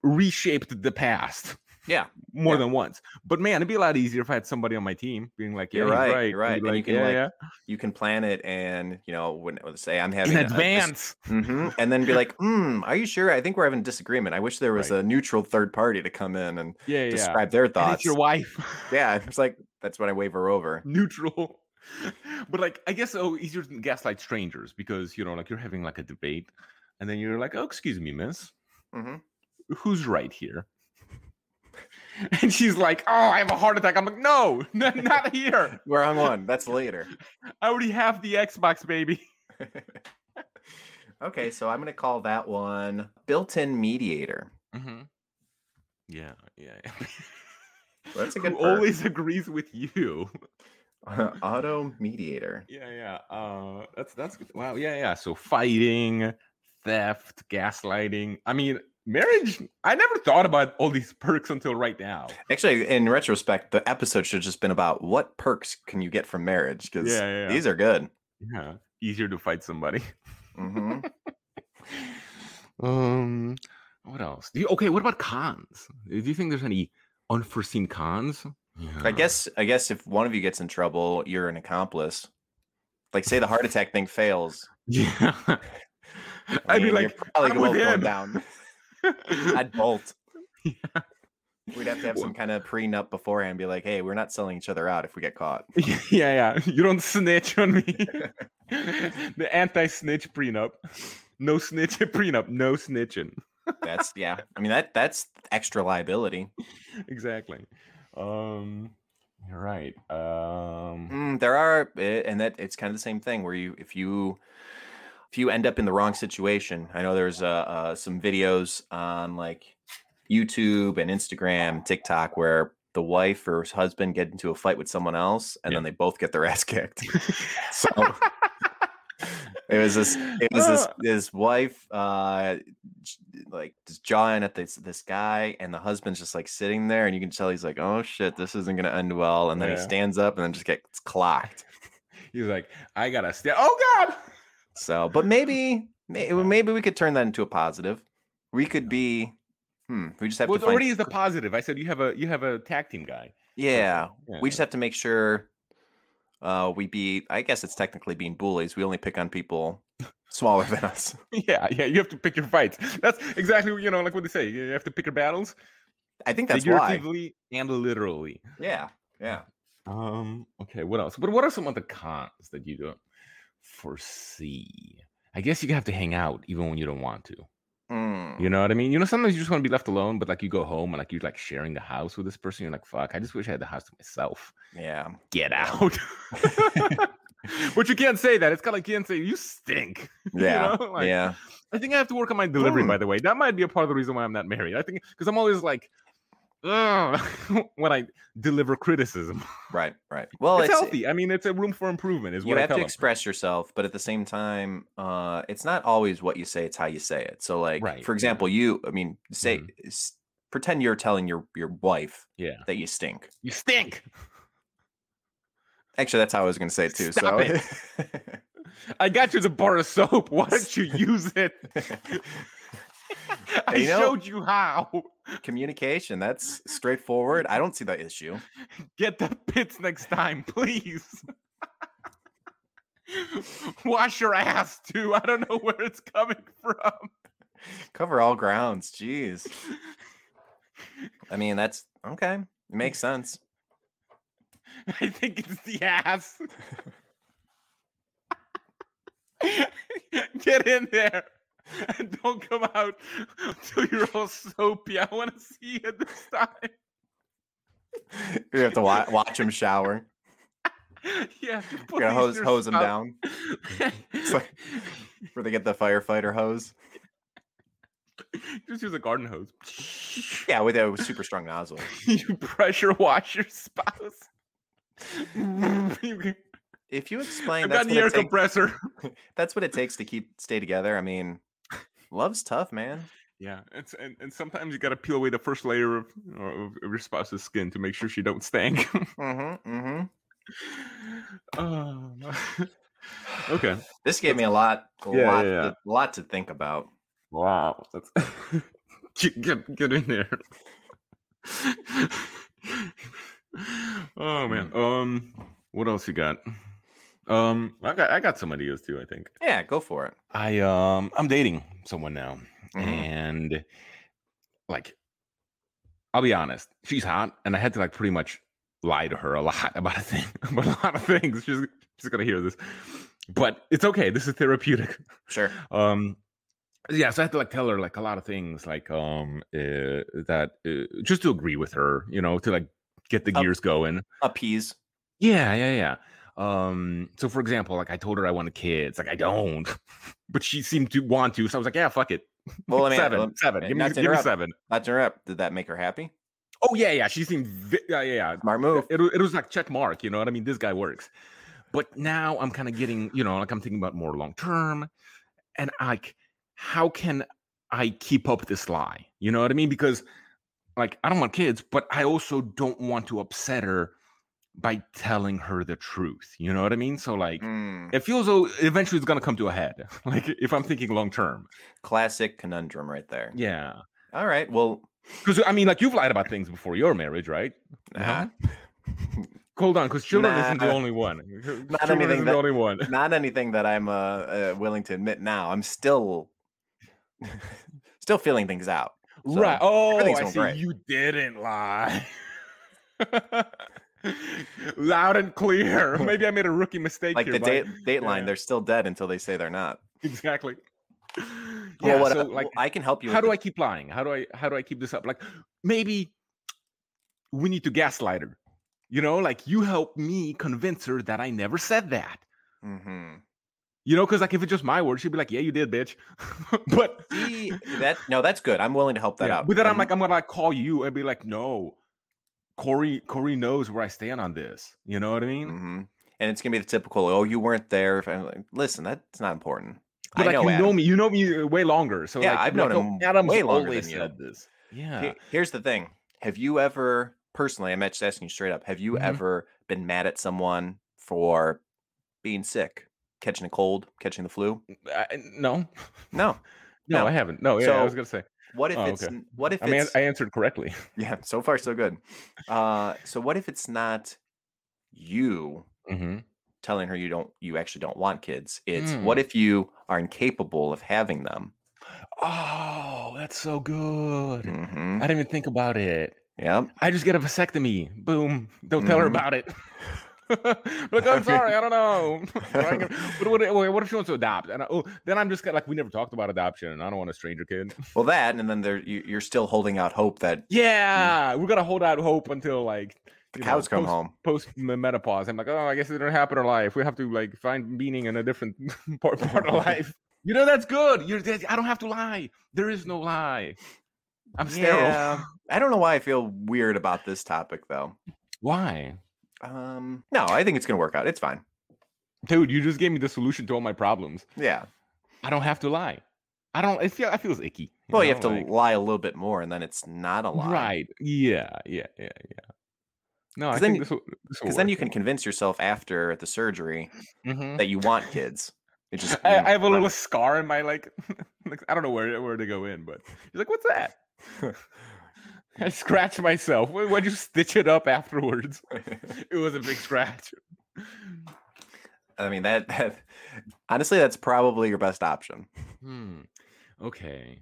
[SPEAKER 4] reshaped the past.
[SPEAKER 3] Yeah,
[SPEAKER 4] more
[SPEAKER 3] yeah.
[SPEAKER 4] than once. But man, it'd be a lot easier if I had somebody on my team being like, yeah,
[SPEAKER 3] You're
[SPEAKER 4] he's
[SPEAKER 3] right,
[SPEAKER 4] right,
[SPEAKER 3] you're right,
[SPEAKER 4] and
[SPEAKER 3] and
[SPEAKER 4] be
[SPEAKER 3] you
[SPEAKER 4] like,
[SPEAKER 3] can,
[SPEAKER 4] yeah,
[SPEAKER 3] like,
[SPEAKER 4] yeah,
[SPEAKER 3] You can plan it, and you know, when say I'm having
[SPEAKER 4] in
[SPEAKER 3] a- a dis-
[SPEAKER 4] advance.
[SPEAKER 3] Mhm, and then be like, "Hmm, are you sure? I think we're having disagreement. I wish there was
[SPEAKER 4] Right.
[SPEAKER 3] a neutral third party to come in and
[SPEAKER 4] Yeah, yeah.
[SPEAKER 3] describe their
[SPEAKER 4] And
[SPEAKER 3] thoughts."
[SPEAKER 4] it's your wife.
[SPEAKER 3] yeah, it's like that's when I wave her over.
[SPEAKER 4] neutral. but like, I guess oh, easier to gaslight strangers because you know, like you're having like a debate, and then you're like, oh, excuse me, miss,
[SPEAKER 3] hmm
[SPEAKER 4] who's right here? And she's like, oh, I have a heart attack. I'm like, no, not, not here.
[SPEAKER 3] We're on one. That's later.
[SPEAKER 4] I already have the Xbox, baby.
[SPEAKER 3] okay, so I'm gonna call that one built-in mediator.
[SPEAKER 4] Mm-hmm. Yeah, yeah.
[SPEAKER 3] Well, that's a
[SPEAKER 4] Who
[SPEAKER 3] good perk.
[SPEAKER 4] always agrees with you.
[SPEAKER 3] uh, Auto mediator.
[SPEAKER 4] Yeah, yeah. Uh, that's that's good. wow. Yeah, yeah. So fighting, theft, gaslighting. I mean, marriage. I never thought about all these perks until right now.
[SPEAKER 3] Actually, in retrospect, the episode should have just been about what perks can you get from marriage because
[SPEAKER 4] Yeah, yeah, yeah.
[SPEAKER 3] these are good.
[SPEAKER 4] Yeah, easier to fight somebody.
[SPEAKER 3] hmm
[SPEAKER 4] Um, what else? Do you, okay, what about cons? Do you think there's any unforeseen cons?
[SPEAKER 3] I
[SPEAKER 4] Yeah.
[SPEAKER 3] guess I guess if one of you gets in trouble, you're an accomplice. Like say the heart attack thing fails.
[SPEAKER 4] Yeah.
[SPEAKER 3] I
[SPEAKER 4] I'd be
[SPEAKER 3] mean, you're
[SPEAKER 4] like,
[SPEAKER 3] probably
[SPEAKER 4] "I'm
[SPEAKER 3] both
[SPEAKER 4] with
[SPEAKER 3] going
[SPEAKER 4] him."
[SPEAKER 3] down. I'd bolt.
[SPEAKER 4] Yeah.
[SPEAKER 3] We'd have to have some kind of prenup beforehand, be like, hey, we're not selling each other out if we get caught.
[SPEAKER 4] yeah, yeah. You don't snitch on me. the anti-snitch prenup. No snitch prenup. No snitching.
[SPEAKER 3] That's yeah. I mean that that's extra liability.
[SPEAKER 4] Exactly. Um, you're right. Um,
[SPEAKER 3] Mm, there are, eh, and that it's kind of the same thing where you, if you, if you end up in the wrong situation, I know there's uh, uh, some videos on like YouTube and Instagram, TikTok, where the wife or s- husband get into a fight with someone else, and
[SPEAKER 4] Yeah.
[SPEAKER 3] then they both get their ass kicked. so it was this, it was this,
[SPEAKER 4] Uh,
[SPEAKER 3] his wife, uh, j- like just jawing at this this guy, and the husband's just like sitting there, and you can tell he's like, "Oh shit, this isn't gonna end well." And then he
[SPEAKER 4] Yeah.
[SPEAKER 3] stands up, and then just gets clocked.
[SPEAKER 4] He's like, I gotta stay. Oh God.
[SPEAKER 3] So, but maybe, may-
[SPEAKER 4] Yeah.
[SPEAKER 3] maybe we could turn that into a positive. We could be. Hmm. We just have
[SPEAKER 4] Well,
[SPEAKER 3] to
[SPEAKER 4] it
[SPEAKER 3] find.
[SPEAKER 4] already is the positive. I said you have a you have a tag team guy.
[SPEAKER 3] yeah,
[SPEAKER 4] Yeah.
[SPEAKER 3] we just have to make sure. Uh, we be. I guess it's technically being bullies. We only pick on people smaller than us.
[SPEAKER 4] yeah, yeah. You have to pick your fights. That's exactly what- you know, like what they say. You have to pick your battles
[SPEAKER 3] I think that's why.
[SPEAKER 4] figuratively and literally.
[SPEAKER 3] Yeah. Yeah.
[SPEAKER 4] Um. Okay. What else? But what are some of the cons that you don't foresee? I guess you have to hang out even when you don't want to.
[SPEAKER 3] Mm.
[SPEAKER 4] You know what I mean? You know, sometimes you just want to be left alone, but like you go home and like you're like sharing the house with this person. You're like, fuck, I just wish I had the house to myself.
[SPEAKER 3] Yeah.
[SPEAKER 4] Get out. but you can't say that. It's kind of like you can't say you stink. You
[SPEAKER 3] Yeah.
[SPEAKER 4] know, like,
[SPEAKER 3] yeah.
[SPEAKER 4] I think I have to work on my delivery,
[SPEAKER 3] Hmm.
[SPEAKER 4] by the way. That might be a part of the reason why I'm not married. I think because I'm always like, Ugh, when I deliver criticism,
[SPEAKER 3] Right. Right. Well,
[SPEAKER 4] it's,
[SPEAKER 3] it's,
[SPEAKER 4] healthy. I mean, it's a room for improvement, is
[SPEAKER 3] you
[SPEAKER 4] what I
[SPEAKER 3] have
[SPEAKER 4] tell
[SPEAKER 3] to
[SPEAKER 4] them.
[SPEAKER 3] express yourself but at the same time uh it's not always what you say it's how you say it so like
[SPEAKER 4] Right,
[SPEAKER 3] for
[SPEAKER 4] yeah.
[SPEAKER 3] example you i mean say
[SPEAKER 4] Mhm.
[SPEAKER 3] s- pretend you're telling your your wife
[SPEAKER 4] Yeah,
[SPEAKER 3] that you stink
[SPEAKER 4] you stink.
[SPEAKER 3] actually that's how i was going to say it too
[SPEAKER 4] Stop
[SPEAKER 3] so
[SPEAKER 4] I got you the bar of soap. Why don't you use it? I
[SPEAKER 3] You know-
[SPEAKER 4] showed you how.
[SPEAKER 3] communication that's straightforward i don't see the issue
[SPEAKER 4] Get the pits next time, please. Wash your ass too. I don't know where it's coming from.
[SPEAKER 3] Cover all grounds. Jeez. I mean, that's okay. It makes sense.
[SPEAKER 4] I think it's the ass. Get in there and don't come out until you're all soapy. I want to see you this time.
[SPEAKER 3] You have to wa- watch him shower.
[SPEAKER 4] Yeah,
[SPEAKER 3] You're gonna hose hose him down
[SPEAKER 4] It's
[SPEAKER 3] like- where they get the firefighter hose.
[SPEAKER 4] Just use a garden hose.
[SPEAKER 3] Yeah, with a super strong nozzle.
[SPEAKER 4] you pressure wash your spouse. You-
[SPEAKER 3] If you explain
[SPEAKER 4] I've
[SPEAKER 3] that's
[SPEAKER 4] got
[SPEAKER 3] what,
[SPEAKER 4] the air
[SPEAKER 3] it take,
[SPEAKER 4] compressor.
[SPEAKER 3] that's what it takes to keep stay together. I mean, love's tough, man.
[SPEAKER 4] Yeah, it's and, and sometimes you gotta peel away the first layer of, you know, of of your spouse's skin to make sure she don't stink.
[SPEAKER 3] Mm-hmm, mm-hmm.
[SPEAKER 4] Um, okay.
[SPEAKER 3] This gave me a lot, a
[SPEAKER 4] Yeah,
[SPEAKER 3] lot,
[SPEAKER 4] yeah, yeah.
[SPEAKER 3] To, lot to think about.
[SPEAKER 4] Wow. That's get, get get in there. oh man. Um what else you got? Um I got I got some ideas too, I think.
[SPEAKER 3] Yeah, go for it.
[SPEAKER 4] I um I'm dating someone now. Mm.
[SPEAKER 3] Mhm.
[SPEAKER 4] and like I'll be honest, she's hot, and I had to like pretty much lie to her a lot about a thing, about a lot of things. She's she's gonna hear this, but it's okay. This is therapeutic.
[SPEAKER 3] Sure.
[SPEAKER 4] Um, yeah, so I had to like tell her like a lot of things, like um uh, that uh, just to agree with her, you know, to like get the
[SPEAKER 3] Oh.
[SPEAKER 4] gears going.
[SPEAKER 3] Appease.
[SPEAKER 4] Yeah, yeah, yeah. Um, so for example, like I told her I wanted kids, like I don't, but she seemed to want to, so I was like, yeah, fuck it,
[SPEAKER 3] Well, I mean,
[SPEAKER 4] seven,
[SPEAKER 3] um,
[SPEAKER 4] seven, give me,
[SPEAKER 3] not to
[SPEAKER 4] give me
[SPEAKER 3] interrupt.
[SPEAKER 4] seven.
[SPEAKER 3] not to interrupt. Did that make her happy?
[SPEAKER 4] Oh yeah, yeah. She seemed vi- yeah, yeah, yeah.
[SPEAKER 3] Smart move.
[SPEAKER 4] It, wa- it was like check mark. You know what I mean? This guy works. But now I'm kind of getting, you know, like I'm thinking about more long term, and like, how can I keep up this lie? You know what I mean? Because like I don't want kids, but I also don't want to upset her by telling her the truth. You know what I mean? So like.
[SPEAKER 3] Mm,
[SPEAKER 4] It feels though eventually it's gonna come to a head. Like if I'm thinking long term.
[SPEAKER 3] classic conundrum right there.
[SPEAKER 4] Yeah.
[SPEAKER 3] All right. Well,
[SPEAKER 4] Because I mean, like you've lied about things before your marriage, right?
[SPEAKER 3] nah,
[SPEAKER 4] Hold on, because children
[SPEAKER 3] Nah.
[SPEAKER 4] isn't the only one.
[SPEAKER 3] Not
[SPEAKER 4] children
[SPEAKER 3] anything
[SPEAKER 4] isn't
[SPEAKER 3] that-
[SPEAKER 4] the only one.
[SPEAKER 3] not anything that I'm uh, uh, willing to admit now. I'm still, still feeling things out. So,
[SPEAKER 4] right. Oh,
[SPEAKER 3] everything's
[SPEAKER 4] I
[SPEAKER 3] all
[SPEAKER 4] see.
[SPEAKER 3] right.
[SPEAKER 4] You didn't lie. Loud and clear. Maybe I made a rookie mistake
[SPEAKER 3] like
[SPEAKER 4] here.
[SPEAKER 3] the
[SPEAKER 4] but-
[SPEAKER 3] date, dateline,
[SPEAKER 4] yeah.
[SPEAKER 3] they're still dead until they say they're not.
[SPEAKER 4] Exactly. Yeah,
[SPEAKER 3] well, what,
[SPEAKER 4] so,
[SPEAKER 3] well,
[SPEAKER 4] like,
[SPEAKER 3] I can help you.
[SPEAKER 4] how
[SPEAKER 3] with
[SPEAKER 4] do
[SPEAKER 3] the-
[SPEAKER 4] I keep lying? How do I how do I keep this up? Like maybe we need to gaslight her. You know, like you help me convince her that I never said that.
[SPEAKER 3] Mhm.
[SPEAKER 4] You know, because like if it's just my word, she'd be like, "Yeah, you did, bitch." but
[SPEAKER 3] See, that no, that's good. I'm willing to help that
[SPEAKER 4] yeah,
[SPEAKER 3] out. Mm-hmm.
[SPEAKER 4] But then I'm like, I'm gonna like, call you and be like, "No, Corey, Corey knows where I stand on this." You know what I mean?
[SPEAKER 3] hmm and it's gonna be the typical. Oh, you weren't there. If I'm like, listen, that's not important.
[SPEAKER 4] But
[SPEAKER 3] I
[SPEAKER 4] like,
[SPEAKER 3] know
[SPEAKER 4] you
[SPEAKER 3] Adam.
[SPEAKER 4] know me, you know me uh, way longer. So
[SPEAKER 3] Yeah,
[SPEAKER 4] like,
[SPEAKER 3] I've
[SPEAKER 4] you'd be
[SPEAKER 3] known
[SPEAKER 4] like,
[SPEAKER 3] him
[SPEAKER 4] "No, Adam's
[SPEAKER 3] way longer
[SPEAKER 4] always
[SPEAKER 3] than you."
[SPEAKER 4] said this. Yeah.
[SPEAKER 3] He- Here's the thing. Have you ever personally, I'm just asking you straight up, have you
[SPEAKER 4] Mhm.
[SPEAKER 3] ever been mad at someone for being sick, catching a cold, catching the flu?
[SPEAKER 4] I, no,
[SPEAKER 3] No.
[SPEAKER 4] no,
[SPEAKER 3] No.
[SPEAKER 4] I haven't. No, yeah, I
[SPEAKER 3] So,
[SPEAKER 4] was gonna say.
[SPEAKER 3] What if
[SPEAKER 4] Oh,
[SPEAKER 3] it's
[SPEAKER 4] okay.
[SPEAKER 3] n- what if
[SPEAKER 4] I mean,
[SPEAKER 3] it's
[SPEAKER 4] I answered correctly.
[SPEAKER 3] yeah, so far so good. Uh so what if it's not you
[SPEAKER 4] Mm-hmm.
[SPEAKER 3] telling her you don't you actually don't want kids? It's what
[SPEAKER 4] Hmm.
[SPEAKER 3] if you are incapable of having them?
[SPEAKER 4] Oh, that's so good.
[SPEAKER 3] Mhm.
[SPEAKER 4] I didn't even think about it.
[SPEAKER 3] Yep.
[SPEAKER 4] I just get a vasectomy. Boom. Don't tell her
[SPEAKER 3] Mhm.
[SPEAKER 4] about it. like, I'm sorry, I don't know. Trying it- but what, what, what if she wants to adopt? And I, oh, then I'm just gonna, like, we never talked about adoption, and I don't want a stranger kid.
[SPEAKER 3] Well that and then there you, you're still holding out hope that
[SPEAKER 4] Yeah, we're gonna hold out hope until like
[SPEAKER 3] the
[SPEAKER 4] you know,
[SPEAKER 3] cows come
[SPEAKER 4] post-
[SPEAKER 3] home.
[SPEAKER 4] Post me- menopause, I'm like, oh, I guess it didn't happen in life. We have to like find meaning in a different part, part of life. You know, that's good. You're, that- I don't have to lie. There is no lie. I'm sterile.
[SPEAKER 3] Yeah. I don't know why I feel weird about this topic though.
[SPEAKER 4] Why?
[SPEAKER 3] Um, no, I think it's gonna work out. It's fine.
[SPEAKER 4] Dude, you just gave me the solution to all my problems.
[SPEAKER 3] Yeah.
[SPEAKER 4] I don't have to lie. I don't. It feel. I feels icky.
[SPEAKER 3] Well, you have to
[SPEAKER 4] know, like-
[SPEAKER 3] lie a little bit more, and then it's not a lie.
[SPEAKER 4] Right. Yeah. Yeah. Yeah. Yeah. No, I
[SPEAKER 3] 'Cause then
[SPEAKER 4] think
[SPEAKER 3] you-
[SPEAKER 4] this will. this will
[SPEAKER 3] Because then
[SPEAKER 4] work.
[SPEAKER 3] you can convince yourself after the surgery
[SPEAKER 4] Mhm.
[SPEAKER 3] that you want kids. It just
[SPEAKER 4] I,
[SPEAKER 3] mm,
[SPEAKER 4] I have a
[SPEAKER 3] run-
[SPEAKER 4] little scar in my like, like, I don't know where where to go in, but he's like, "What's that?" I scratched myself. Why- Why'd you stitch it up afterwards? it was a big scratch.
[SPEAKER 3] I mean that, that honestly that's probably your best option.
[SPEAKER 4] Hmm. Okay.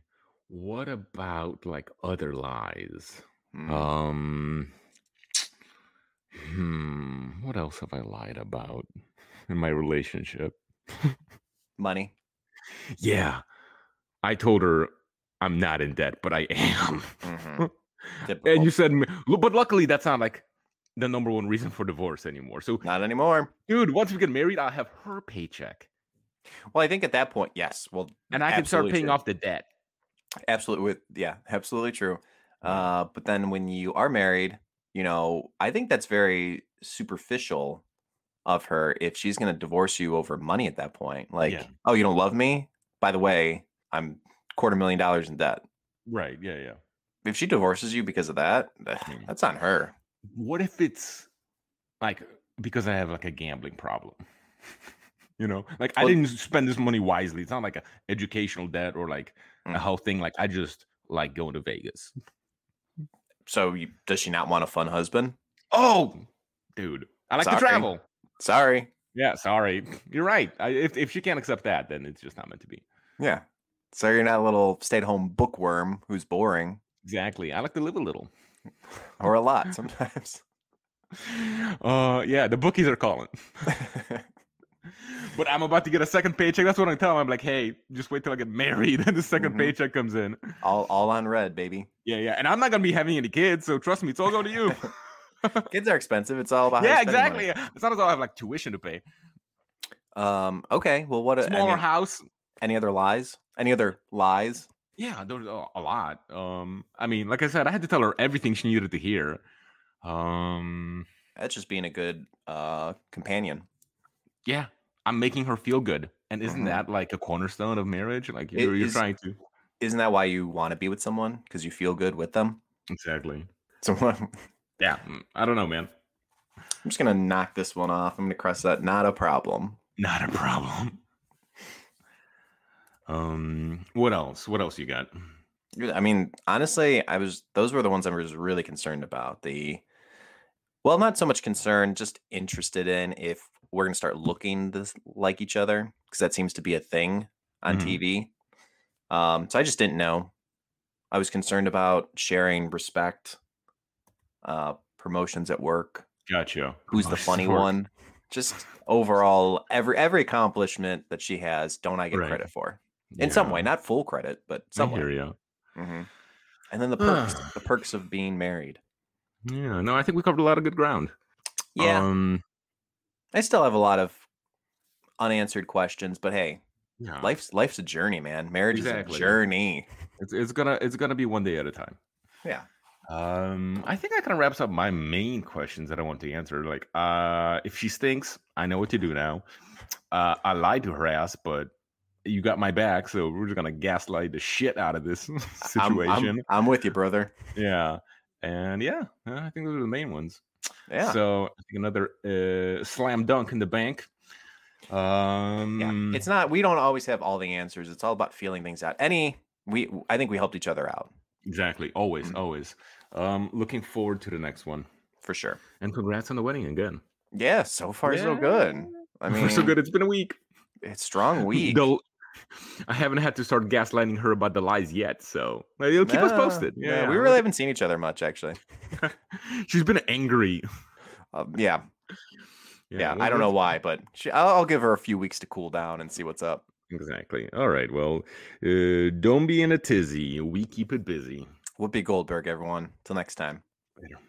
[SPEAKER 4] What about like other lies?
[SPEAKER 3] Mm.
[SPEAKER 4] Um. Hmm. What else have I lied about in my relationship?
[SPEAKER 3] Money.
[SPEAKER 4] Yeah. I told her I'm not in debt, but I am. Mm.
[SPEAKER 3] Mhm.
[SPEAKER 4] and
[SPEAKER 3] Typical.
[SPEAKER 4] you said, m- lu- but luckily that's not like the number one reason for divorce anymore. So,
[SPEAKER 3] Not anymore.
[SPEAKER 4] dude, once we get married, I'll have her paycheck
[SPEAKER 3] Well, I think at that point, yes. Well,
[SPEAKER 4] and I can start
[SPEAKER 3] Absolutely
[SPEAKER 4] paying
[SPEAKER 3] true.
[SPEAKER 4] off the debt.
[SPEAKER 3] absolutely. With yeah, absolutely true. Uh, but then when you are married, you know, I think that's very superficial of her if she's going to divorce you over money at that point. Like, oh, you don't love me? By the way, I'm quarter million dollars in debt.
[SPEAKER 4] Right. Yeah. Yeah.
[SPEAKER 3] If she divorces you because of that,
[SPEAKER 4] Mm.
[SPEAKER 3] that's on her.
[SPEAKER 4] What if it's like because I have like a gambling problem? you know, like I
[SPEAKER 3] Well-
[SPEAKER 4] didn't spend this money wisely. It's not like a educational debt or like a
[SPEAKER 3] Mm.
[SPEAKER 4] whole thing. Like I just like going to Vegas.
[SPEAKER 3] So you, does she not want a fun husband?
[SPEAKER 4] Oh, dude, I like to
[SPEAKER 3] Sorry.
[SPEAKER 4] travel.
[SPEAKER 3] Sorry.
[SPEAKER 4] Yeah, sorry. You're right. I, if if she can't accept that, then it's just not meant to be.
[SPEAKER 3] Yeah. So you're not a little stay-at-home bookworm who's boring
[SPEAKER 4] Exactly. I like to live a little.
[SPEAKER 3] or a lot sometimes.
[SPEAKER 4] Uh, yeah, the bookies are calling. But I'm about to get a second paycheck. That's what I tell them. I'm like, hey, just wait till I get married, and the 2nd
[SPEAKER 3] Mhm.
[SPEAKER 4] paycheck comes in.
[SPEAKER 3] all all on red, baby.
[SPEAKER 4] Yeah, yeah. And I'm not gonna be having any kids, so trust me, it's all going to you.
[SPEAKER 3] Kids are expensive. It's all about how
[SPEAKER 4] yeah,
[SPEAKER 3] you spend your money.
[SPEAKER 4] exactly. It's not as though I have like tuition to pay.
[SPEAKER 3] Um. Okay. Well, what? a-
[SPEAKER 4] Smaller
[SPEAKER 3] Any,
[SPEAKER 4] house.
[SPEAKER 3] any other lies? Any other lies?
[SPEAKER 4] Yeah, there was a a lot. Um, I mean, like I said, I had to tell her everything she needed to hear. Um,
[SPEAKER 3] That's just being a good uh companion.
[SPEAKER 4] yeah, I'm making her feel good, and isn't
[SPEAKER 3] Mhm.
[SPEAKER 4] that like a cornerstone of marriage? Like you're, you're
[SPEAKER 3] is-
[SPEAKER 4] trying to
[SPEAKER 3] Isn't that why you want to be with someone? Because you feel good with them.
[SPEAKER 4] exactly.
[SPEAKER 3] So I'm
[SPEAKER 4] Yeah, mm, I don't know, man.
[SPEAKER 3] just gonna knock this one off. I'm gonna cross that. Not a problem.
[SPEAKER 4] Not a problem. Um, what else? What else you got?
[SPEAKER 3] Yeah, I mean, honestly, I was those were the ones I was really concerned about. The well, not so much concerned, just interested in if we're gonna start looking this like each other because that seems to be a thing on
[SPEAKER 4] Mhm.
[SPEAKER 3] TV. Um, so I just didn't know. I was concerned about sharing respect, uh, promotions at work,
[SPEAKER 4] Gotcha.
[SPEAKER 3] who's the
[SPEAKER 4] Promotions
[SPEAKER 3] funny
[SPEAKER 4] at work.
[SPEAKER 3] one, just overall every every accomplishment that she has. Don't I get
[SPEAKER 4] Right.
[SPEAKER 3] credit for in some
[SPEAKER 4] Yeah,
[SPEAKER 3] way? Not full credit, but some
[SPEAKER 4] I
[SPEAKER 3] way.
[SPEAKER 4] hear ya.
[SPEAKER 3] Mm-hmm. And then the perks, the perks of being married.
[SPEAKER 4] Yeah, no, I think we covered a lot of good ground.
[SPEAKER 3] Yeah,
[SPEAKER 4] Um,
[SPEAKER 3] I still have a lot of unanswered questions, but hey,
[SPEAKER 4] yeah.
[SPEAKER 3] life's life's a journey, man. Marriage is
[SPEAKER 4] Exactly.
[SPEAKER 3] a journey.
[SPEAKER 4] It's, it's gonna it's gonna be one day at a time.
[SPEAKER 3] Yeah.
[SPEAKER 4] Um, I think that kind of wraps up my main questions that I want to answer. Like, uh, if she stinks, I know what to do now. Uh, I lied to her ass, but you got my back, so we're just gonna gaslight the shit out of this
[SPEAKER 3] I'm-
[SPEAKER 4] situation.
[SPEAKER 3] I'm, I'm with you, brother.
[SPEAKER 4] Yeah, and yeah, uh, I think those are the main ones.
[SPEAKER 3] Yeah.
[SPEAKER 4] So I think another uh, slam dunk in the bank. Um,
[SPEAKER 3] yeah. It's not. We don't always have all the answers. It's all about feeling things out. Any. We. I think we helped each other out
[SPEAKER 4] exactly always,
[SPEAKER 3] Mhm.
[SPEAKER 4] always. Um, looking forward to the next one.
[SPEAKER 3] for sure.
[SPEAKER 4] And congrats on the wedding again.
[SPEAKER 3] Yeah. So far, so good. I mean,
[SPEAKER 4] We're so good. It's been a week.
[SPEAKER 3] It's strong week.
[SPEAKER 4] The- I haven't had to start gaslighting her about the lies yet, so but it'll keep us
[SPEAKER 3] Yeah,
[SPEAKER 4] posted.
[SPEAKER 3] Yeah, we really haven't seen each other much, actually.
[SPEAKER 4] She's been angry.
[SPEAKER 3] Um, yeah, yeah. I don't
[SPEAKER 4] well,
[SPEAKER 3] know why, but she, I'll, I'll give her a few weeks to cool down and see what's up.
[SPEAKER 4] Exactly. All right. Well, uh, don't be in a tizzy. We keep it busy.
[SPEAKER 3] Whoopi Goldberg, everyone. Till next time.
[SPEAKER 4] Later.